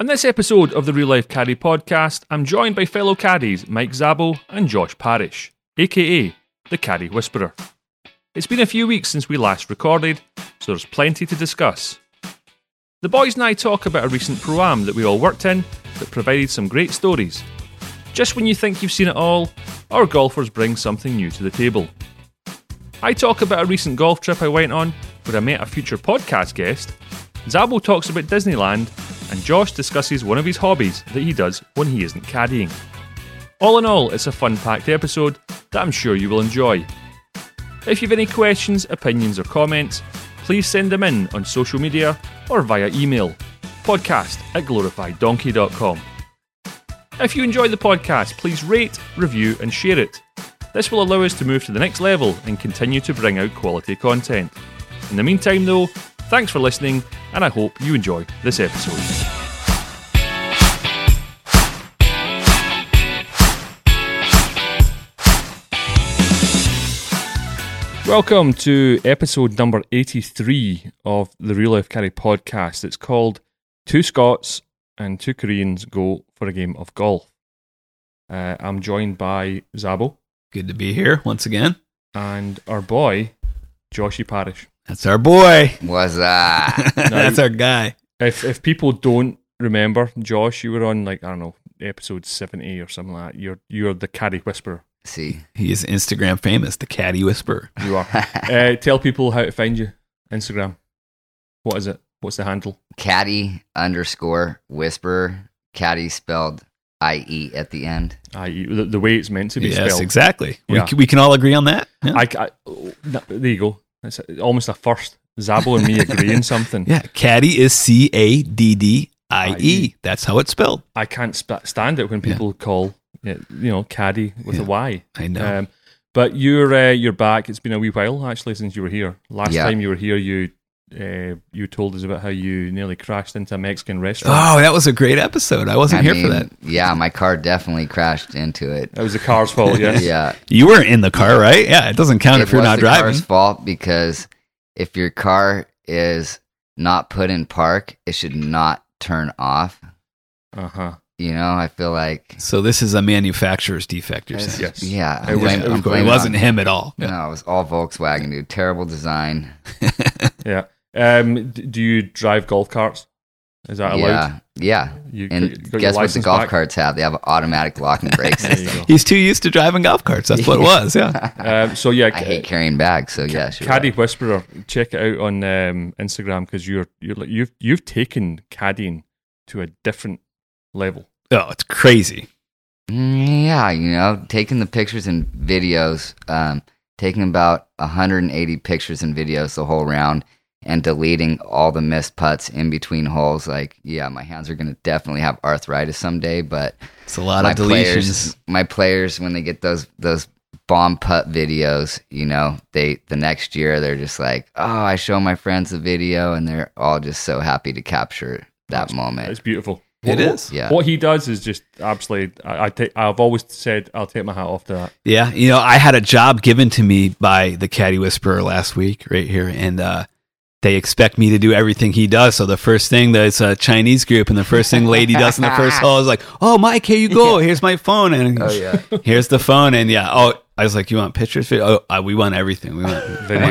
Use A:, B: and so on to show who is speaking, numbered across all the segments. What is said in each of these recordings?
A: On this episode of the Real Life Caddy podcast, I'm joined by fellow caddies Mike Zabel and Josh Parish, aka the Caddy Whisperer. It's been a few weeks since we last recorded, so there's plenty to discuss. The boys and I talk about a recent pro am that we all worked in that provided some great stories. Just when you think you've seen it all, our golfers bring something new to the table. I talk about a recent golf trip I went on where I met a future podcast guest. Zabo talks about Disneyland, and Josh discusses one of his hobbies that he does when he isn't caddying. All in all, it's a fun packed episode that I'm sure you will enjoy. If you've any questions, opinions, or comments, please send them in on social media or via email podcast at glorifydonkey.com. If you enjoy the podcast, please rate, review, and share it. This will allow us to move to the next level and continue to bring out quality content. In the meantime, though, thanks for listening, and I hope you enjoy this episode. Welcome to episode number 83 of the Real Life Carry podcast. It's called Two Scots and Two Koreans Go for a Game of Golf. Uh, I'm joined by Zabo
B: Good to be here once again.
A: and our boy, Joshy Parish.
B: That's our boy.
C: What's that?
B: That's our guy.
A: If if people don't remember, Josh, you were on like I don't know episode seventy or something like that. You're you're the caddy whisperer.
C: See,
B: He is Instagram famous, the caddy whisperer.
A: You are. uh, tell people how to find you. Instagram. What is it? What's the handle?
C: caddy underscore whisperer. Caddy spelled I E at the end.
A: I the, the way it's meant to be
B: yes,
A: spelled.
B: exactly.
A: Yeah.
B: We, c- we can all agree on that. Yeah,
A: I, I- oh, no, there you go. That's a- almost a first. Zabo and me agreeing something.
B: yeah caddy is C A D D I
A: I-E.
B: E. That's how it's spelled.
A: I can't sp- stand it when
B: Yeah.
A: people call it, you know caddy with a
B: Yeah.
A: Y.
B: I know.
A: Um, but you're uh, you're back. It's been a wee while actually since you were here. Last
C: Yeah.
A: time you were here, you uh, you told us about how you nearly crashed into a Mexican
C: Ah.
A: restaurant.
B: oh, that was a great episode. I wasn't
C: I
B: here for
C: mean,
B: that.
C: Yeah, my car definitely crashed into it.
A: That was the car's fault. Yes.
C: Yeah,
B: You were in the car, right? Yeah, it doesn't count
C: it
B: if you're
C: was
B: not
C: the
B: driving.
C: car's fault because if your car is not put in park, it should not turn off.
A: Uh huh.
C: You know, I feel like
B: So this is a manufacturer's defect. You're saying?
A: Yes.
C: yeah,
A: It
C: I'm
A: was-
C: blame-
A: it was
C: I'm
A: going-
B: it
C: blaming
B: wasn't
C: on-
B: him at all. Yeah.
C: No, it was all Volkswagen, dude. Terrible design.
A: Yeah. Um, d- do you drive golf carts? Is that allowed?
C: Yeah, yeah.
A: You got- you got
C: And
A: your
C: guess what the
A: license
C: golf
A: back?
C: carts have? They have automatic lock and brake
A: There
C: system.
A: you go.
B: He's too used to driving golf carts. That's what it was. Yeah.
A: Um, so yeah,
C: I hate carrying bags, so yeah, sure.
A: Caddy Whisperer. Check it out on um, Instagram because you're you're like you've you've taken caddying to a different level.
B: Oh, it's crazy.
C: Mm, Yeah, you know, taking the pictures and videos, um, taking about 180 pictures and videos the whole round, and deleting all the missed putts in between holes. Like, yeah, my hands are gonna definitely have arthritis someday, but
B: It's a lot
C: my
B: of deletions.
C: players, my players, when they get those those bomb putt videos, you know, they the next year they're just like, oh, I show my friends the video, and they're all just so happy to capture that moment.
A: It's beautiful.
B: It
A: What-
B: is.
C: Yeah.
A: What he does is just absolutely. I, I take. I've always said I'll take my hat off to that.
B: Yeah, you know, I had a job given to me by the caddy whisperer last week, right here, and uh, they expect me to do everything he does. So the first thing that's a Chinese group, and the first thing lady does in the first hole is like, "Oh, Mike, here you go. Here's my phone, and
C: Oh, yeah.
B: here's the phone, and yeah." Oh, I was like, "You want pictures? Oh, uh, we want everything. We want
A: Video.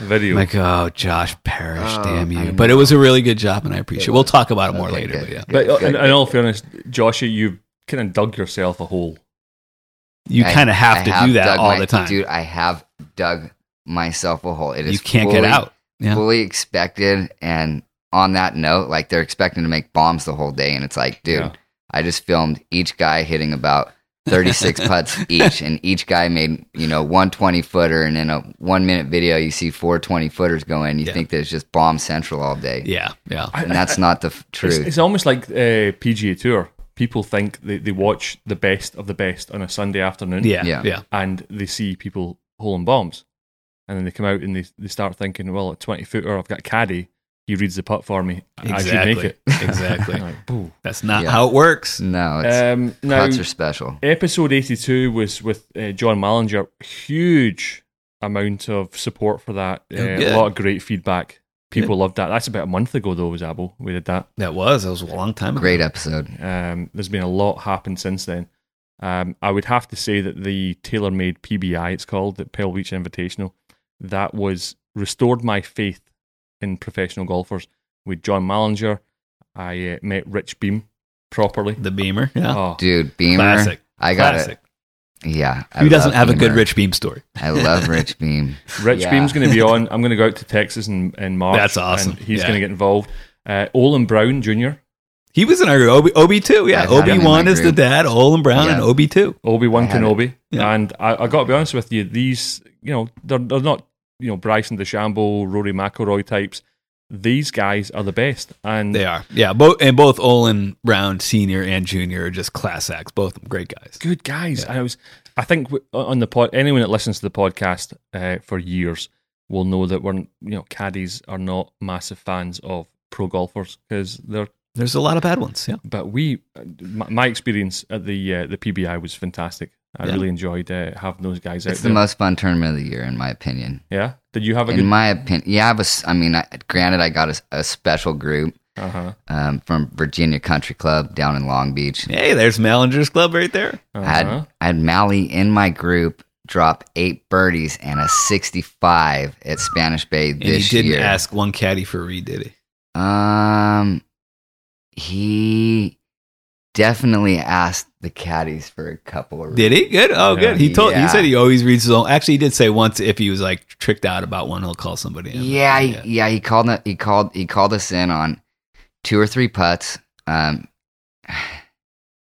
A: video.
B: like, oh, Josh Parrish,
C: Oh,
B: damn
C: I
B: you! But it was a really good job, and I appreciate it. We'll talk about it more
C: Okay,
B: later.
C: good.
B: But
A: but
B: yeah,
A: uh, in,
C: good.
A: in all fairness, Joshy, you kind of dug yourself a hole.
B: you
C: I-
B: kind of have
C: I
B: to do that
C: dug
B: all
C: my-
B: the time.
C: dude. I have dug myself a hole. It is
B: you can't get
C: fully-
B: out. Yeah.
C: Fully expected, and on that note, like they're expecting to make bombs the whole day, and it's like, dude,
A: Yeah.
C: I just filmed each guy hitting about. 36 putts each and each guy made you know 120 footer and in a one minute video you see four 20 footers going you
B: Yeah.
C: think there's just bomb central all day
B: Yeah, yeah.
C: and that's not the f-
A: It's,
C: truth
A: it's almost like uh, PGA Tour. People think they, they watch the best of the best on a Sunday afternoon.
B: Yeah,
C: Yeah.
B: yeah.
A: And they see people holding bombs, and then they come out and they, they start thinking, well, a twenty footer, I've got caddy. He reads the putt for me. I should make it.
B: exactly.
A: Like, boo.
B: That's not
C: Yeah.
B: how it works.
C: no
B: Uh,
C: it's
A: Um, now,
C: putts are special
A: episode 82 was with uh, John Mallinger. Huge amount of support for that. Uh,
B: Oh, good.
A: a lot of great feedback. People loved that. That's about a month ago, though, was Abel. We did that.
B: That was. That was a long time ago.
C: Great episode.
A: Um, there's been a lot happened since then. Um, I would have to say that the tailor made PBI, it's called, the Pale Beach Invitational, that was restored my faith in professional golfers with John Mallinger. I uh, met Rich Beam properly.
B: The Beamer. Yeah.
A: Oh,
C: Dude, Beamer.
B: Classic.
C: I got
B: Classic.
C: it. Yeah. I
B: Who doesn't
C: love
B: have a good
C: Beamer.
B: Rich Beam story?
C: I love Rich Beam.
A: Rich
C: Yeah.
A: Beam's going to be on. I'm going to go out to Texas in, in March.
B: That's awesome.
A: and he's
B: Yeah.
A: going to get involved. Uh, Olin Brown Jr.,
B: He was in our OB, OB2. Yeah.
C: I've had him in my
B: OB1 is the
C: group.
B: dad, Olin Brown,
C: Yeah.
B: and OB2.
A: Obi
C: I
A: Wan
C: had it.
A: Kenobi.
B: Yeah.
A: And I, I got to be honest with you, these, you know, they're, they're not, you know, Bryson DeChambeau, Rory McIlroy types. These guys are the best. And
B: They are. Yeah. Both And both Olin Brown, Sr. and Jr. are just class acts. Both of them great guys.
A: good guys. I was, I think w- on the pod, anyone that listens to the podcast uh, for years will know that we're, you know, caddies are not massive fans of pro golfers because they're.
B: There's a lot of bad ones. Yeah.
A: But we, my, my experience at the uh, the PBI was fantastic. I
B: Yeah.
A: really enjoyed uh, having those guys out
C: It's the
A: there.
C: most fun tournament of the year, in my opinion.
A: yeah. Did you have a
C: In
A: good?
C: my opinion, yeah, I was. I mean, I, granted, I got a, a special group
A: Uh huh.
C: um, from Virginia Country Club down in Long Beach.
B: Hey, there's Malinger's Club right there.
A: uh
C: I
B: Uh-huh.
C: had I had Mally in my group drop eight birdies and a 65 at Spanish Bay
B: And he
C: this
B: didn't
C: year.
B: ask one caddy for a read, did he?
C: Um, he definitely asked the caddies for a couple of.
B: Did he? Good. Oh,
A: Yeah.
B: good. He told. He
C: Yeah.
B: said he always reads his own. Actually, he did say once if he was like tricked out about one, he'll call somebody. in.
C: Yeah, he- yeah, He called. He called. He called us in on two or three putts. Um,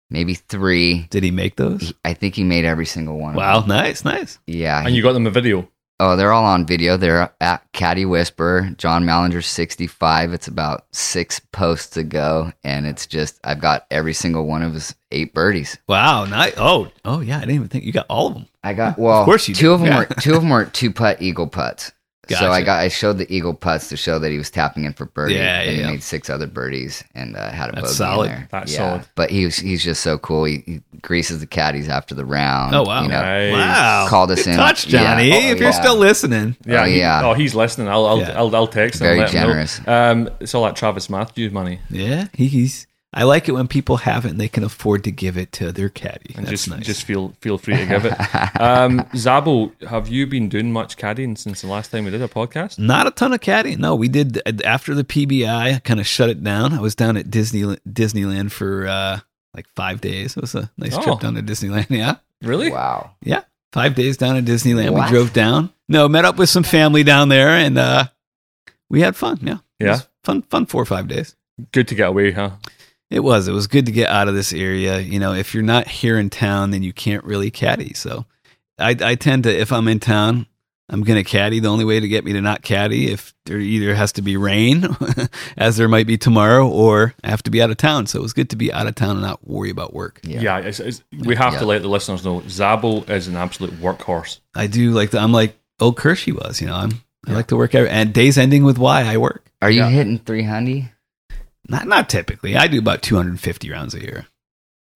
C: maybe three.
B: Did he make those?
C: He- I think he made every single one. of
B: Wow.
C: them.
B: Nice. Nice.
C: Yeah.
A: And you got them a video.
C: Oh, they're all on video. They're at Caddy Whisper, John Mallinger 65. It's about six posts ago. And it's just, I've got every single one of his eight birdies.
B: Wow. Nice. Oh. Oh yeah. I didn't even think you got all of them.
C: I got, well,
B: course you
C: two
B: did.
C: of them
B: Yeah.
C: were, two of them were two putt eagle putts. So I
B: Gotcha.
C: got, I showed the eagle putts to show that he was tapping in for birdie.
B: Yeah,
C: and
B: yeah.
C: He made six other birdies and uh, had a
B: That's
C: bogey
B: solid.
C: in there.
A: That's solid.
C: But he was, he's just so cool. He, he greases the caddies after the round.
B: Oh wow.
C: You know,
A: Nice.
B: Wow.
C: Called us
B: Good
C: in.
B: Touch, Johnny.
C: Yeah.
B: if
C: Oh,
B: you're
C: yeah.
B: still listening.
A: Yeah,
C: Oh,
A: he-
C: yeah.
A: oh, he's listening. I'll I'll
B: Yeah.
A: I'll, I'll text him.
C: Very
A: and let him know.
C: generous.
A: Um, it's all that Travis Matthews money,
B: Yeah. He, he's. I like it when people have it and they can afford to give it to their caddy.
A: and
B: That's
A: just
B: nice.
A: just feel feel free to give it. um, Zabo, have you been doing much caddying since the last time we did a podcast?
B: Not a ton of caddying. No, we did after the PBI. I kind of shut it down. I was down at Disney Disneyland for uh, like five days. It was a nice
A: Oh.
B: trip down to Disneyland. Yeah,
A: Really?
C: wow.
B: yeah, five days down at Disneyland.
C: What?
B: We drove down. No, met up with some family down there, and uh, we had fun. Yeah, It
A: Yeah.
B: was fun, fun four or five days.
A: Good to get away, huh?
B: It was. It was good to get out of this area. You know, if you're not here in town, then you can't really caddy. So, I, I tend to if I'm in town, I'm gonna caddy. The only way to get me to not caddy if there either has to be rain, as there might be tomorrow, or I have to be out of town. So it was good to be out of town and not worry about work.
A: Yeah,
C: Yeah.
A: it's, it's, we have to
C: Yeah.
A: let the listeners know Zabo is an absolute workhorse.
B: I do like the, I'm like old Kershey was. You know, I'm I like to work every, and days ending with why I work.
C: Are you
A: Yeah.
C: hitting 300?
B: Not not typically. I do about 250 rounds a year.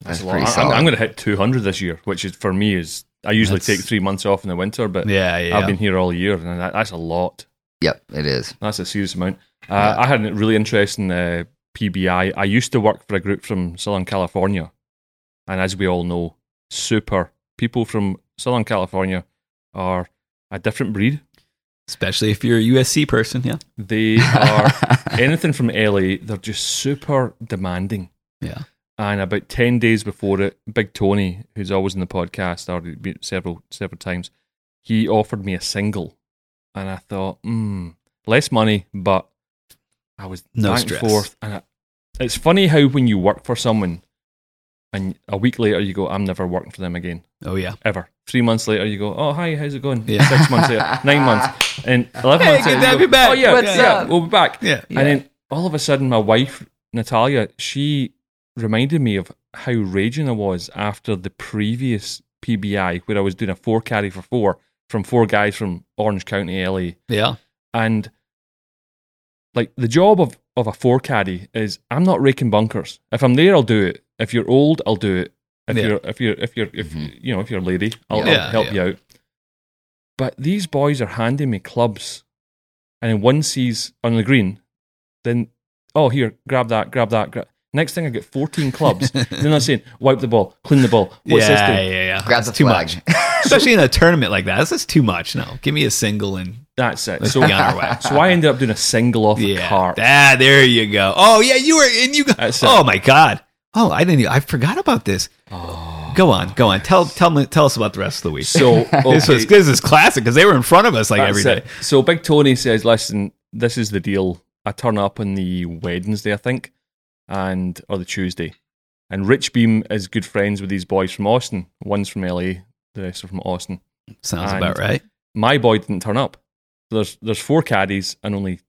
C: That's
A: It's a lot.
C: pretty
A: I- I'm,
C: solid.
A: I'm going to hit 200 this year, which is for me is I usually
B: That's-
A: take three months off in the winter, but
B: Yeah, yeah.
A: I've been here all year, and that, that's a lot.
C: Yep, it is.
A: That's a serious amount. Uh,
C: Yeah.
A: I had a really interesting uh, PBI. I used to work for a group from Southern California, and as we all know, super people from Southern California are a different breed.
B: Especially if you're a USC person. Yeah,
A: They are anything from LA. They're just super demanding.
B: yeah.
A: And about ten days before it, Big Tony, who's always in the podcast, or he'd been several several times, he offered me a single, and I thought, hmm, less money, but I was
B: No
A: back
B: stress.
A: and forth. And I, it's funny how when you work for someone, and a week later you go, I'm never working for them again,
B: Oh yeah.
A: ever. Three months later you go, oh hi, how's it going?
B: Yeah.
A: Six months later, nine months, and eleven
B: Hey,
A: months
B: good
A: later,
B: to
A: you
B: have
A: go,
B: you back.
A: Oh yeah,
B: What's
A: yeah,
C: up?"
A: we'll be back.
B: Yeah.
C: Yeah.
A: And then all of a sudden, my wife, Natalia, she reminded me of how raging I was after the previous PBI where I was doing a four carry for four from four guys from Orange County, LA.
B: Yeah.
A: And like the job of, of a four caddy is I'm not raking bunkers. If I'm there, I'll do it. If you're old, I'll do it. If
B: Yeah. Mm-hmm.
A: you're if you're if you're if
C: Mhm.
A: you know if you're a lady, I'll, I'll
B: Yeah,
A: help
B: yeah.
A: you out. But these boys are handing me clubs and then one sees on the green, then oh here, grab that, grab that, grab. Next thing I get fourteen clubs. then I'm saying wipe the ball, clean the ball. What's this
B: yeah,
A: thing?
B: yeah, yeah.
C: Grab
B: That's
C: the
B: too
C: flag.
B: much, especially in a tournament like that. That's just too much. No, give me a single and
A: That's it.
B: let's
A: So,
B: be on our way.
A: so I ended up doing a single off the
B: Yeah,
A: cart.
B: ah, there you go. Oh yeah, you were and you. Got,
A: That's it.
B: oh my god. Oh, I didn't. even- I forgot about this.
A: Oh.
B: go on, go on. Tell tell me tell us about the rest of the week.
A: So
B: This
A: okay,
B: was this is classic because they were in front of us like every
A: That's
B: day.
A: it. So Big Tony says, "Listen, this is the deal. I turn up on the Wednesday, I think, and or the Tuesday, and Rich Beam is good friends with these boys from Austin. One's from LA, the rest are from Austin.
B: Sounds
A: And-
B: about right.
A: My boy didn't turn up. So there's there's four caddies and only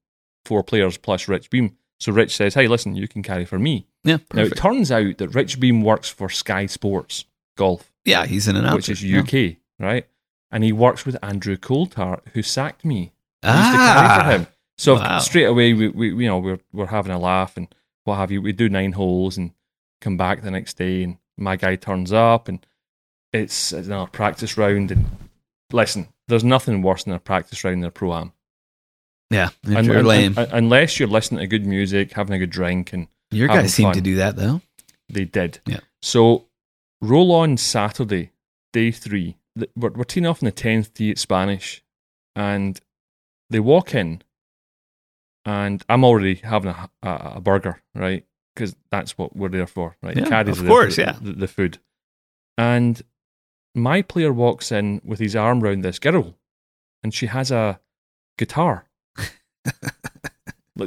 A: four players plus Rich Beam. So Rich says, "Hey, listen, you can carry for me."
B: Yeah,
A: Now it
B: perfect.
A: turns out that Rich Beam works for Sky Sports Golf
B: yeah, he's in and out.
A: which is UK, right? And he works with Andrew Coulthart, who sacked me. I used to carry for
B: Ah,
A: him. So
B: wow.
A: straight away, we, we you know we're we're having a laugh and what have you. We do nine holes and come back the next day, and my guy turns up, and it's another practice round. And listen, there's nothing worse than a practice round in a pro am,
B: yeah. If
A: Un-
B: you're
A: un-
B: lame,
A: un- unless you're listening to good music, having a good drink, and
B: your
A: having
B: guys seem to
A: fun.
B: do that though.
A: they did.
B: Yeah.
A: So roll on Saturday, day three. Th- We're, we're teeing off on the 10th tee at Spanish, and they walk in, and I'm already having a, a, a burger, right? Because that's what we're there for, right?
B: Yeah,
A: Caddies
B: of
A: are there for
B: course,
A: the-
B: yeah.
A: The, the food. And my player walks in with his arm round this girl, and she has a guitar. like,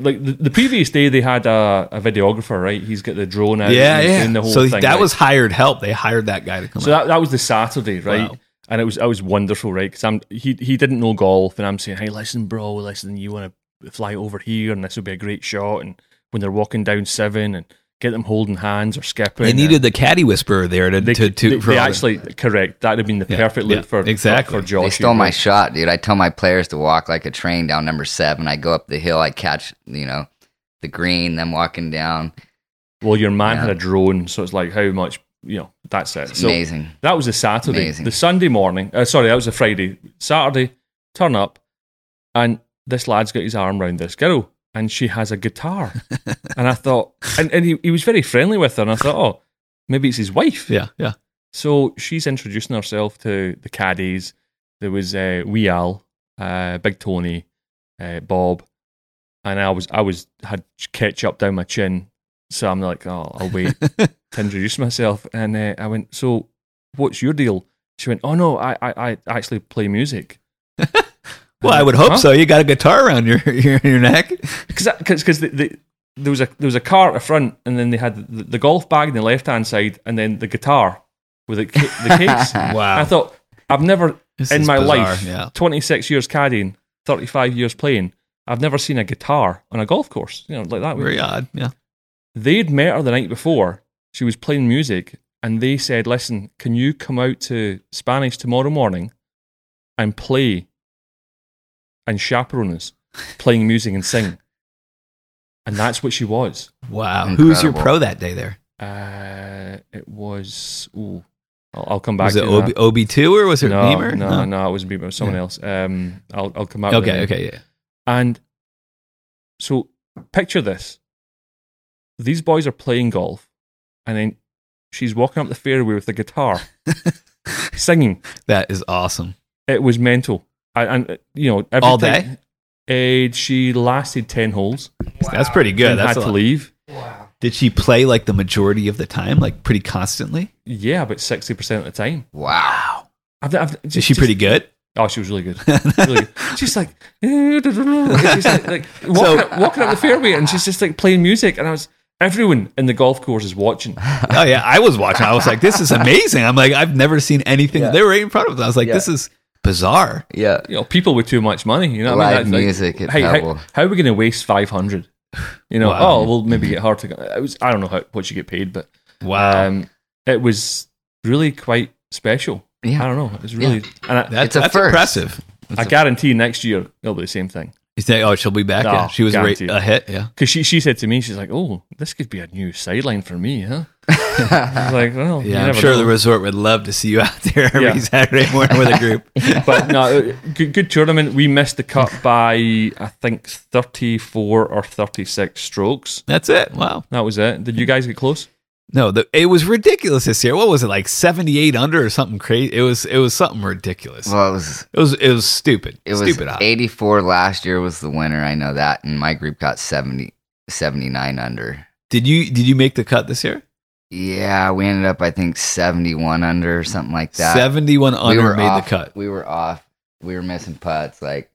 A: like the, the previous day, they had a, a videographer, right? He's got the drone out.
B: Yeah,
A: and he's
B: yeah.
A: doing the whole
B: so
A: thing,
B: that
A: right?
B: was hired help. They hired that guy to come.
A: so
B: out.
A: that, that was the Saturday, right?
B: Wow.
A: And it was that was wonderful, right? Because I'm he he didn't know golf, and I'm saying, hey, listen, bro, listen, you want to fly over here, and this would be a great shot. And when they're walking down seven, and get them holding hands or skipping.
B: they
A: and-
B: needed the caddy whisperer there to
A: they,
B: to, to
A: they-
B: for
A: they
B: all the-
A: actually correct. That'd have been the
B: Yeah,
A: perfect look
B: yeah,
A: for
B: exactly.
A: for,
B: They
A: for Josh.
C: They stole my
A: Hugo.
C: shot, dude. I tell my players to walk like a train down number seven. I go up the hill, I catch, you know, the green, them walking down.
A: well, your man had
C: Yeah.
A: a drone, so it's like how much you know. That's it.
C: It's
A: So
C: amazing.
A: that was a Saturday.
C: Amazing.
A: The Sunday morning. Uh, sorry, that was a Friday. Saturday, turn up, and this lad's got his arm round this girl, and she has a guitar, and I thought, and, and he, he was very friendly with her, and I thought, oh, maybe it's his wife.
B: yeah yeah
A: So she's introducing herself to the caddies. There was uh, Wee Al, uh, Big Tony, uh, Bob, and I was I was had ketchup down my chin, so I'm like, oh, I'll wait to introduce myself. And uh, I went, so what's your deal? She went, oh no, I I, I actually play music
B: well I would hope
A: Huh?
B: so you got a guitar around your your, your neck
A: because because the, the, there was a there was a cart at front, and then they had the, the golf bag on the left hand side, and then the guitar with the, ca- the case.
B: wow
A: I thought I've never
B: This
A: in
B: is
A: my
B: bizarre,
A: life,
B: yeah
A: 26 years caddying, 35 years playing, I've never seen a guitar on a golf course, you know, like that.
B: very odd yeah
A: They'd met her the night before. She was playing music, and they said, "Listen, can you come out to Spanish tomorrow morning and play and chaperone us playing music and sing?" And that's what she was.
B: wow who's your
C: Incredible.
B: pro that day there
A: Uh, it was. Ooh, I'll, I'll come back.
B: was it
A: to
B: OB,
A: that.
B: OB two or was it
A: no,
B: Beamer
A: no, no, it wasn't Beamer. It was someone else. Um, I'll I'll come out. with the
B: okay
A: name.
B: okay yeah
A: And so picture this. These boys are playing golf, and then she's walking up the fairway with the guitar, singing.
B: that is awesome
A: It was mental. I, and, uh, you know, every
B: All
A: time- Uh, she lasted 10 holes
B: that's pretty good
A: and
B: that's
A: had
B: a
A: to
B: lot.
A: leave.
B: did she play like the majority of the time like pretty constantly
A: Yeah, about 60% of the time.
C: Wow.
A: I've, I've,
B: is
A: just-
B: she pretty
A: just-
B: good
A: Oh, she was really good. Really good. She's like, "Eh, she's like, like walking, up, walking up the fairway and she's just like playing music. And I was, everyone in the golf course is watching.
B: oh yeah I was watching I was like this is amazing I'm like I've never seen anything they were right in front of us I was like this is bizarre
C: Yeah.
A: you know, people with too much money. You know, what
C: Live
A: I mean, That's like,
C: music at
A: hey, how,
C: Pebble.
A: how are we going to waste five hundred? You know,
B: Wow.
A: oh, we'll maybe get hard to. It was, I don't know how what you get paid, but
B: wow
A: um, it was really quite special.
C: Yeah.
A: I don't know. It was really, and I,
B: that's,
C: It's a
B: that's
C: first.
B: impressive
A: I guarantee next year it'll be the same thing.
B: You think, oh, she'll be back.
A: No,
B: yeah. She was a, ra-
A: guaranteed.
B: a hit. Yeah.
A: Because she she said to me, she's like, oh, this could be a new sideline for me, huh? It's like, well, you
B: Yeah, I'm
A: never
B: sure
A: know.
B: the resort would love to see you out there every
A: Yeah.
B: Saturday morning with a group.
A: but no, uh, good, good tournament. We missed the cut by I think 34 or 36 strokes.
B: That's it. Wow.
A: That was it. Did you guys get close?
B: No, the, it was ridiculous this year. What was it like, 78 under or something crazy? It was it was something ridiculous.
C: Well, it was
B: it was it was stupid.
C: it was
B: stupid. odds.
C: 84 last year was the winner. I know that, and my group got 70, 79 under.
B: Did you did you make the cut this year?
C: Yeah, we ended up I think 71 under or something like that.
B: 71
C: we
B: under
C: were
B: made
C: off,
B: the cut.
C: We were off. We were missing putts. Like,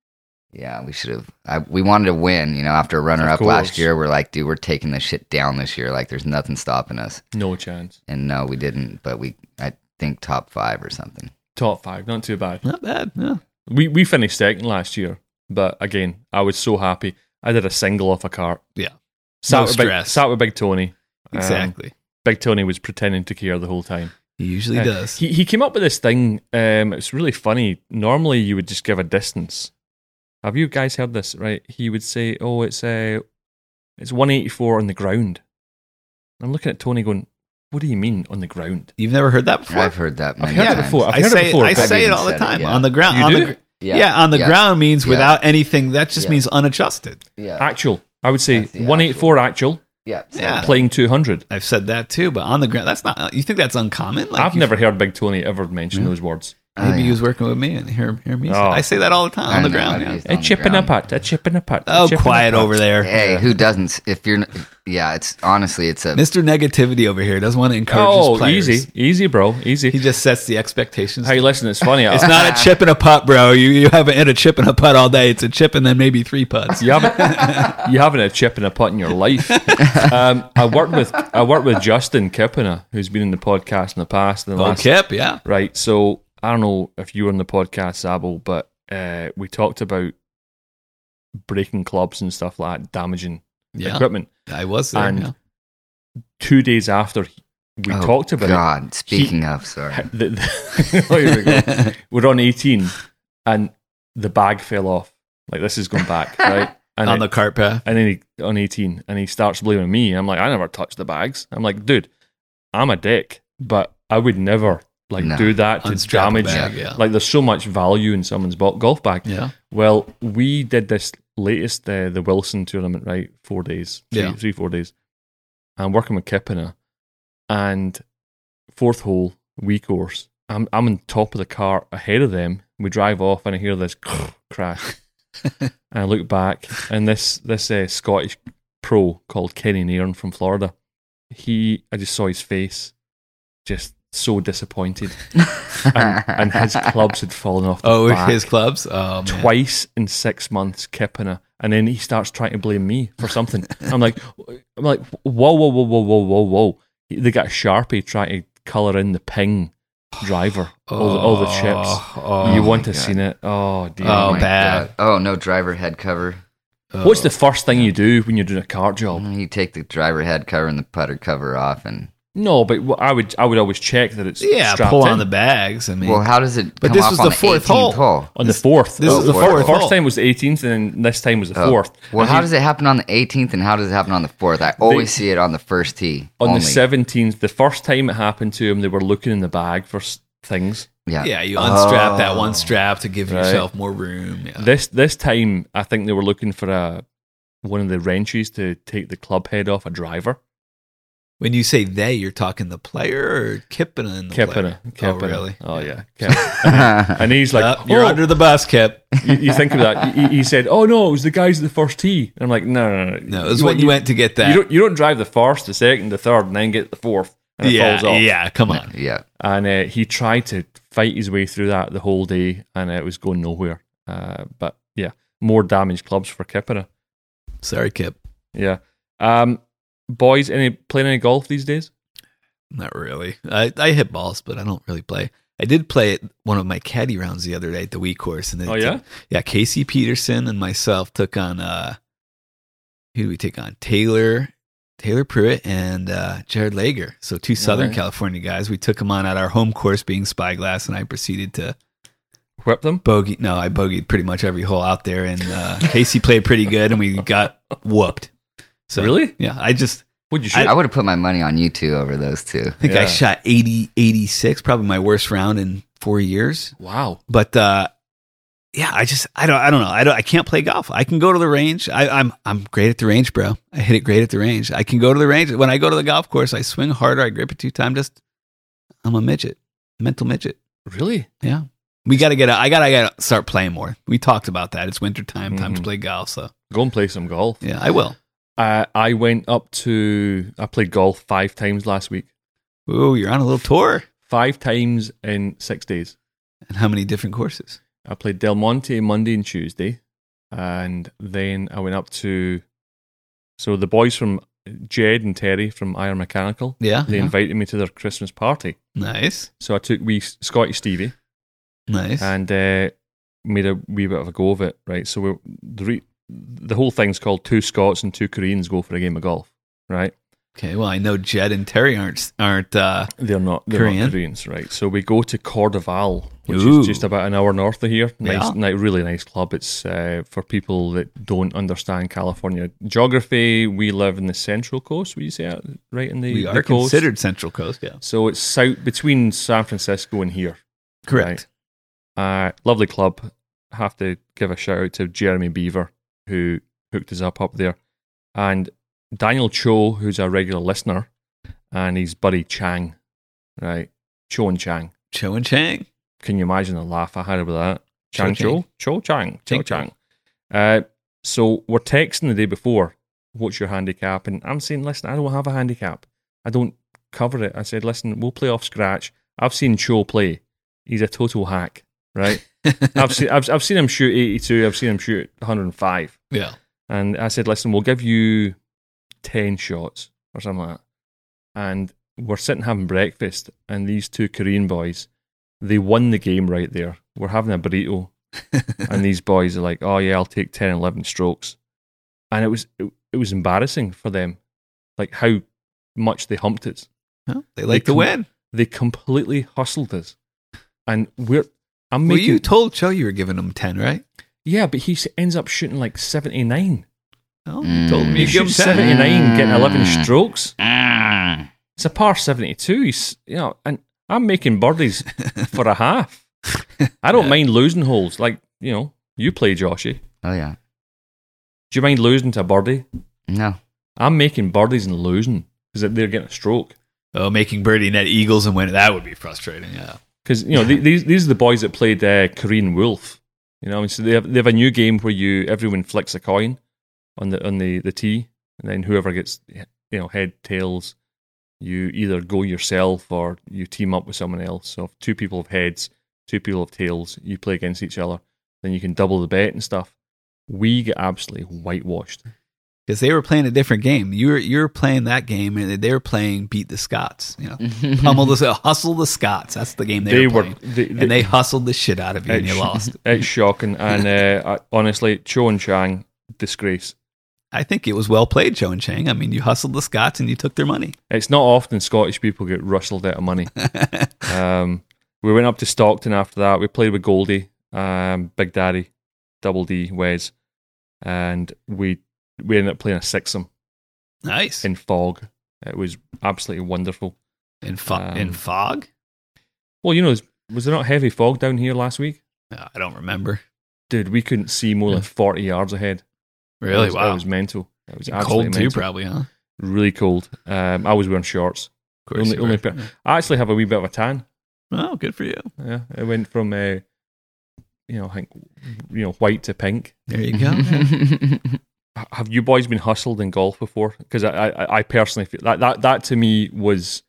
C: yeah, we should have. I, we wanted to win. You know, after a runner up
A: course.
C: last year, we're like, dude, we're taking this shit down this year. Like, there's nothing stopping us.
A: No chance.
C: And no, we didn't. But we, I think, top five or something.
A: Top five, not too bad.
B: Not bad. No.
A: We we finished second last year, but again, I was so happy. I did a single off a cart.
B: Yeah.
A: Sat,
B: No
A: with, big,
B: stress.
A: sat with Big Tony. Um,
B: Exactly.
A: big Tony was pretending to care the whole time.
B: he usually
A: Uh,
B: does.
A: He he came up with this thing. Um, it's really funny. Normally, you would just give a distance. Have you guys heard this? Right? He would say, "Oh, it's uh, it's one eighty four on the ground." I'm looking at Tony, going, "What do you mean on the ground?"
B: You've never heard that before?
C: I've heard that. Many
A: I've heard
C: times.
A: it before. I've
B: I
A: heard
B: say
A: it before.
B: I
A: but-
B: say it
C: even
B: all the
C: said it,
B: time
C: yeah.
B: on the ground.
A: You
B: on
A: do?
B: the gr- yeah. on the ground means
C: Yeah.
B: without anything. That just
C: Yeah.
B: means unadjusted.
C: Yeah,
A: actual. I would say
C: That's the
A: one eighty four actual,
C: yeah, so-
B: Yeah.
A: playing two hundred.
B: I've said that too, but on the ground, that's not. You think that's uncommon? Like
A: I've
B: you- Hmm?
A: never heard Big Tony ever mention those words.
C: Oh,
B: Maybe
C: yeah.
B: he was working with me and hear hear me. say-
A: Oh.
B: I say that all the time
C: I
B: on the
C: know,
B: ground.
C: I've
B: yeah.
C: used it
A: A
C: on the
A: chip and a
C: ground.
A: putt. A chip and a putt. a
B: Oh,
A: chip and a
B: quiet
A: putt.
B: over there,
C: Hey, who doesn't? If you're, yeah, it's honestly, it's a
B: Mister Negativity over here doesn't want to encourage his
A: Oh,
B: players.
A: easy, easy, bro, easy.
B: He just sets the expectations.
A: hey, listen, it's funny.
B: it's not a chip and a putt, bro. You you haven't hit a chip and a putt all day. It's a chip and then maybe three putts.
A: You haven't you haven't a chip and a putt in your life. Um, I worked with I worked with Justin Kipina, who's been in the podcast in the past. And the
B: Oh,
A: last,
B: Kip, yeah.
A: right. So I don't know if you were on the podcast, Sabo, but uh, we talked about breaking clubs and stuff like that, damaging
B: Yeah,
A: equipment.
B: I was there.
A: And
B: yeah.
A: Two days after he- we
C: oh,
A: talked about it,
C: God, speaking of, sorry,
A: the, the- Oh, here we go. We're on eighteen, and the bag fell off. Like this is going back right. And
B: on
A: it-
B: the cart path.
A: and then he on 18 and he starts blaming me i'm like i never touched the bags i'm like dude i'm a dick but i would never like
C: No.
A: do that to
B: Unstrap a
A: damage
B: bag, yeah.
A: like there's so much value in someone's bo- golf bag
B: Yeah.
A: well we did this latest uh, the wilson tournament right four days three,
B: Yeah.
A: three four days i'm working with kipina and fourth hole we course I'm, I'm on top of the car ahead of them we drive off and i hear this crash and I look back, and this this uh, Scottish pro called Kenny Nairn from Florida, he I just saw his face, just so disappointed, and, and his
C: Oh
A: clubs had fallen off. The
B: Oh,
A: back.
B: his clubs. Oh, man.
A: twice in six months, Kipina, and then he starts trying to blame me for something. I'm like, I'm like, whoa, whoa, whoa, whoa, whoa, whoa, whoa! They got a sharpie trying to color in the ping driver, all, the, all the chips.
B: Oh,
A: you
C: my
A: wouldn't have
C: God.
A: seen it. Oh dear.
B: Oh,
C: my
B: bad.
C: God. Oh no, driver head cover.
A: What's the first thing you do when you're doing a cart job?
B: Mm-hmm.
C: You take the driver head cover and the putter cover off, and
A: No, but wh- I would I would always check that it's
B: yeah?
A: strapped
B: Pull
A: in.
B: on the bags. I mean,
C: well, how does it?
B: But
C: come
B: this
C: off
B: was
C: on
B: the fourth
C: 18th
B: hole.
A: on the fourth.
B: this
A: Oh,
B: is the
A: fourth.
B: fourth hole.
A: First time was the eighteenth, and then this time was the
C: Oh.
A: fourth.
C: Well,
A: And
C: how
A: he-
C: does it happen on the 18th, and how does it happen on the fourth? I always see it on the first tee.
A: on
C: only.
A: the seventeenth? The first time it happened to him, they were looking in the bag for s- things.
C: Yeah.
B: yeah, you unstrap that
C: Oh.
B: one strap to give
A: Right.
B: yourself more room. Yeah.
A: This this time, I think they were looking for a one of the wrenches to take the club head off a driver.
B: When you say they, you're talking the player or Kippin and the
A: Kepina,
B: player? Oh, really?
A: Oh yeah, Kepina. and he's like,
B: Yup, you're
A: "Oh,
B: under the bus, Kip.
A: you, you think of that? He, he said, "Oh no, it was the guys at the first tee." And I'm like, "No, no, no,
B: No, it was when you went to get that.
A: You don't, you don't drive the first, the second, the third, and then get the fourth, and it
B: yeah,
A: falls off.
B: yeah, come on.
C: yeah.
A: And uh, he tried to fight his way through that the whole day, and it was going nowhere. Uh, but yeah, more damaged clubs for Kipper.
B: Sorry, Kip.
A: Yeah, um, boys, any playing any golf these days?
B: Not really. I, I hit balls, but I don't really play. I did play at one of my caddy rounds the other day at the Wii course. And they
A: Oh,
B: took-
A: yeah?
B: yeah, Casey Peterson and myself took on, uh, who did we take on? Taylor, Taylor Pruitt and uh, Jared Lager. So two Southern
A: right.
B: California guys. We took them on at our home course being Spyglass and I proceeded to
A: Whip them.
B: bogey. No, I bogeyed pretty much every hole out there, and uh, Casey played pretty good, and we got whooped. So
A: Really?
B: yeah, I just
A: Would you shoot?
C: I would have put my money on you two over those two.
B: I think I
A: Yeah.
B: shot 80, 86, probably my worst round in four years.
A: wow.
B: But uh, yeah, I just I don't I don't know. I don't I can't play golf. I can go to the range. I, I'm I'm great at the range, bro. I hit it great at the range. I can go to the range. When I go to the golf course, I swing harder. I grip it two time. Just I'm a midget, mental midget.
A: Really?
B: Yeah. We gotta get. out. I gotta, I gotta start playing more. We talked about that. It's winter time. Time to
A: Mhm.
B: play golf. So
A: Go and play some golf.
B: yeah, I will.
A: I I went up to I played golf five times last week.
B: Oh, you're on a little tour.
A: Five times in six days.
B: And how many different courses?
A: I played Del Monte Monday and Tuesday, and then I went up to. So the boys from Jed and Terry from Iron Mechanical
B: Yeah.
A: they
B: yeah.
A: invited me to their Christmas party.
B: Nice.
A: So I took wee Scotty Stevie
B: Nice.
A: and uh, made a wee bit of a go of it. Right. So we're, the re- the whole thing's called two Scots and two Koreans go for a game of golf. Right.
B: okay. Well, I know Jed and Terry aren't aren't uh,
A: They're not they're not
B: Korean.
A: Koreans, right? So we go to Cordoval, which
B: Ooh.
A: is just about an hour north of here. Nice,
B: Yeah.
A: ni- really nice club. It's uh, for people that don't understand California geography. We live in the central coast. We say uh, right in the,
B: we
A: the
B: are
A: coast.
B: considered Central Coast. Yeah.
A: So it's south between San Francisco and here.
B: Correct.
A: Uh, lovely club. Have to give a shout out to Jeremy Beaver who hooked us up up there, and Daniel Cho, who's a regular listener, and his buddy Chang, right? Cho and Chang.
B: Cho and Chang.
A: Can you imagine the laugh I had with that?
B: Cho
A: Chang
B: Chang.
A: Cho? Cho Chang. Cho
B: Chang
A: Chang. Uh, so we're texting the day before, what's your handicap? And I'm saying, listen, I don't have a handicap. I don't cover it. I said, listen, we'll play off scratch. I've seen Cho play. He's a total hack, right? I've, seen, I've, I've seen him shoot 82. I've seen him shoot 105.
B: Yeah.
A: And I said, listen, we'll give you 10 shots or something like that. And we're sitting having breakfast, and these two Korean boys, they won the game right there. We're having a burrito, and these boys are like, oh, yeah, I'll take 10, 11 strokes. And it was, it, it was embarrassing for them, like how much they humped us
B: Well, they like to
A: com-
B: win.
A: they completely hustled us. And we're, I'm
B: Well,
A: making,
B: you told Cho you were giving him ten, right?
A: yeah, but he s- ends up shooting like 79.
B: Oh, you told
C: Mm.
B: me
A: He
B: you give him
A: shoots
B: seven.
A: 79, getting 11 strokes.
C: Mm.
A: It's a par 72. He's, you know, and I'm making birdies for a half. I don't mind losing holes. Like, you know, you play Joshy.
C: Oh yeah.
A: Do you mind losing to a birdie?
C: No.
A: I'm making birdies and losing because they're getting a stroke.
B: Oh, making birdie net eagles and win. That would be frustrating. Yeah.
A: Because you know the- these these are the boys that played uh, Korean Wolf. You know, and so they have they have a new game where you everyone flicks a coin on the on the the tee, and then whoever gets you know head tails, you either go yourself or you team up with someone else. So if two people have heads, two people have tails, you play against each other. Then you can double the bet and stuff. We get absolutely whitewashed.
B: Because they were playing a different game. You were you were playing that game, and they were playing beat the Scots. You know, pummel the hustle the Scots. That's the game they, were, playing.
A: they,
B: and they hustled the shit out of you, and you
A: it's-
B: lost.
A: It's shocking, and uh, I- honestly, Cho and Chang disgrace.
B: I think it was well played, Cho and Chang. I mean, you hustled the Scots and you took their money.
A: It's not often Scottish people get rustled out of money. Um, we went up to Stockton after that. We played with Goldie, um, Big Daddy, Double D, Wes, and we we ended up playing a sixum
B: nice.
A: in fog. It was absolutely wonderful.
B: In, fo-
A: um,
B: in fog?
A: Well, you know, was there not heavy fog down here last week?
B: Uh, I don't remember.
A: Dude, we couldn't see more than forty yards ahead.
B: Really?
A: it was,
B: wow.
A: it was mental. It was absolutely
B: Cold too,
A: mental.
B: probably, huh? Of
A: Really cold. Um, I was wearing shorts.
B: course.
A: Only-
B: you
A: only
B: were.
A: I actually have a wee bit of a tan.
B: Oh, good for you.
A: Yeah, it went from uh, you know, I think you know, white to pink.
B: There you go.
A: H- Have you boys been hustled in golf before? Because I, I, I personally feel that, that that to me was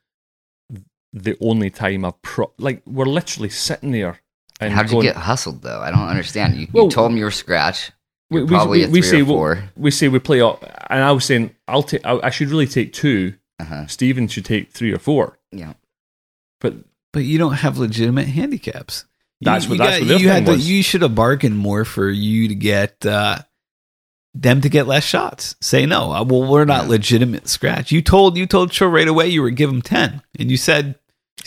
A: the only time I've pro- like we're literally sitting there and
C: How'd you
A: going-
C: get hustled though? I don't understand. You,
A: Well-
C: you told me you were scratch.
A: we,
C: You're
A: we-
C: probably
A: we-
C: a
A: we
C: three
A: say
C: or
A: well,
C: four.
A: we say we play up, and I was saying I'll take I, I should really take two.
C: Uh-huh.
A: Stephen should take three or four,
C: Yeah.
A: but
B: But you don't have legitimate handicaps. You-
A: That's what-
B: you
A: that's what their
B: you
A: thing
B: to-
A: was.
B: you should have bargained more for you to get uh, them to get less shots. Say no. Uh, Well, we're not
C: Yeah.
B: legitimate scratch. You told you told Cho right away you were give him ten, and you said.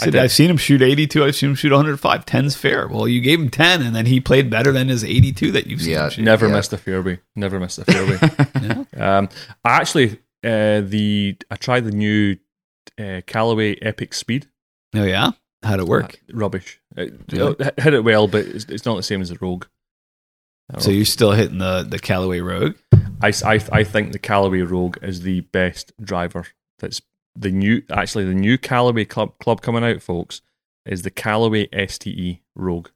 A: I
B: you said,
A: did.
B: I've seen him shoot 82. I've seen him shoot 105. 10's fair. Well, you gave him 10, and then he played better than his 82 that you've seen.
C: Yeah.
B: him shoot.
A: never
C: Yeah.
A: missed a fairway. Never missed a fairway. Um, I actually uh, the I tried the new uh, Callaway Epic Speed.
B: Oh yeah, how'd it work?
A: Uh, rubbish. It,
B: Really?
A: it hit it well, but it's, it's not the same as the Rogue. Uh,
B: So you're still hitting the the Callaway Rogue.
A: I, s- I, th- I think the Callaway Rogue is the best driver. That's the new, actually, the new Callaway club, club coming out, folks, is the Callaway STE Rogue.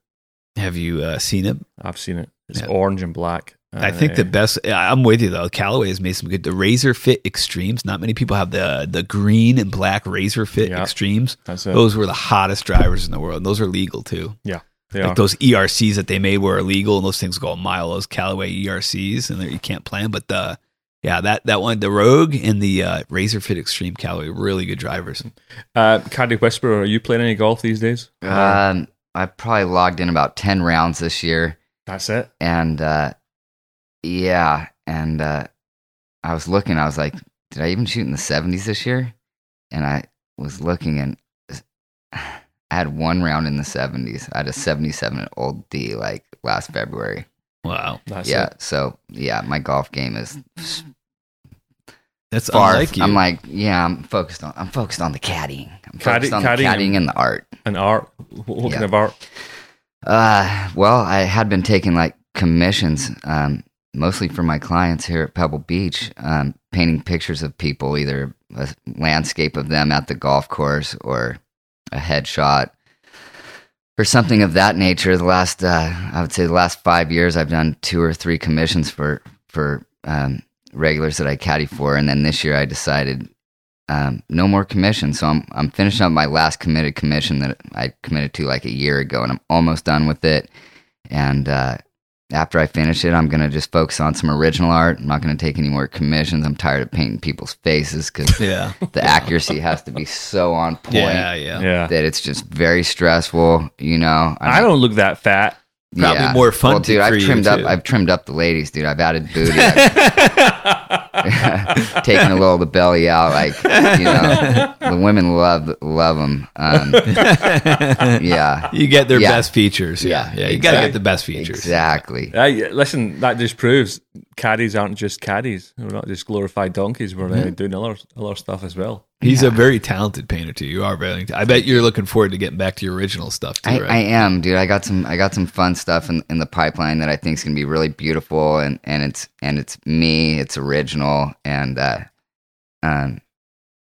B: Have you uh, seen it?
A: I've seen it. It's
B: Yeah.
A: orange and black.
B: I think
A: Uh,
B: the best. I- I'm with you though. Callaway has made some good. The Razor Fit Extremes. Not many people have the the green and black Razor Fit
A: Yeah.
B: Extremes.
A: that's it.
B: Those were the hottest drivers in the world, and those are legal too.
A: they
B: like
A: are.
B: those ERCs that they made were illegal, and those things go a mile. Those Callaway ERCs, and they- you can't plan. But the yeah, that that one, the Rogue and the uh, Razor Fit Extreme Callaway, really good drivers.
A: Uh, Caddy Whisperer, are you playing any golf these days?
B: Uh,
A: Uh-huh.
C: Um, I probably logged in about 10 rounds this year.
A: That's it.
C: And uh, yeah, and uh, I was looking, I was like, did I even shoot in the 70s this year? And I was looking and I had one round in the 70s. I had a 77 at Old D like last February.
B: Wow,
A: That's
C: yeah.
A: it.
C: So yeah, my golf game is
B: that's
C: far.
B: unlike you.
C: I'm like, yeah, I'm focused on, I'm focused on the caddying. I'm
A: Caddy-
C: focused on the
A: caddying and-
C: caddying and the art.
A: And art. Wh- What kind
C: Yeah.
A: of art?
C: Uh, well, I had been taking like commissions, um, mostly for my clients here at Pebble Beach, um, painting pictures of people, either a landscape of them at the golf course or a headshot or something of that nature. The last, uh, I would say, the last five years, I've done two or three commissions for for um, regulars that I caddy for, and then this year I decided um, no more commission. So I'm I'm finishing up my last committed commission that I committed to like a year ago, and I'm almost done with it. And uh, after I finish it, I'm gonna just focus on some original art. I'm not gonna take any more commissions. I'm tired of painting people's faces because
B: yeah,
C: the accuracy has to be so on point
B: yeah, yeah.
A: Yeah.
C: that it's just very stressful. Oh, You know,
A: I don't look that fat.
B: Probably more fun
C: Well,
B: to-
C: dude,
B: for
C: I've
B: you,
C: trimmed up.
B: too.
C: I've trimmed up the ladies, dude. I've added booty. I've taking a little of the belly out. Like you know, the women love love them. Um, yeah,
B: You get their
C: Yeah.
B: best features. Yeah. Yeah.
C: Yeah,
B: You got to
C: exact-
B: get the best features.
C: exactly.
A: Uh, yeah, listen, that just proves caddies aren't just caddies. We're not just glorified donkeys. We're
C: Mm-hmm.
A: uh, doing other other stuff as well.
B: He's a very talented painter, too. You are very. I bet you're looking forward to getting back to your original stuff, too,
C: I,
B: right?
C: I am, dude. I got some. I got some fun stuff in, in the pipeline that I think is gonna be really beautiful, and and it's and it's me. It's original, and uh, um,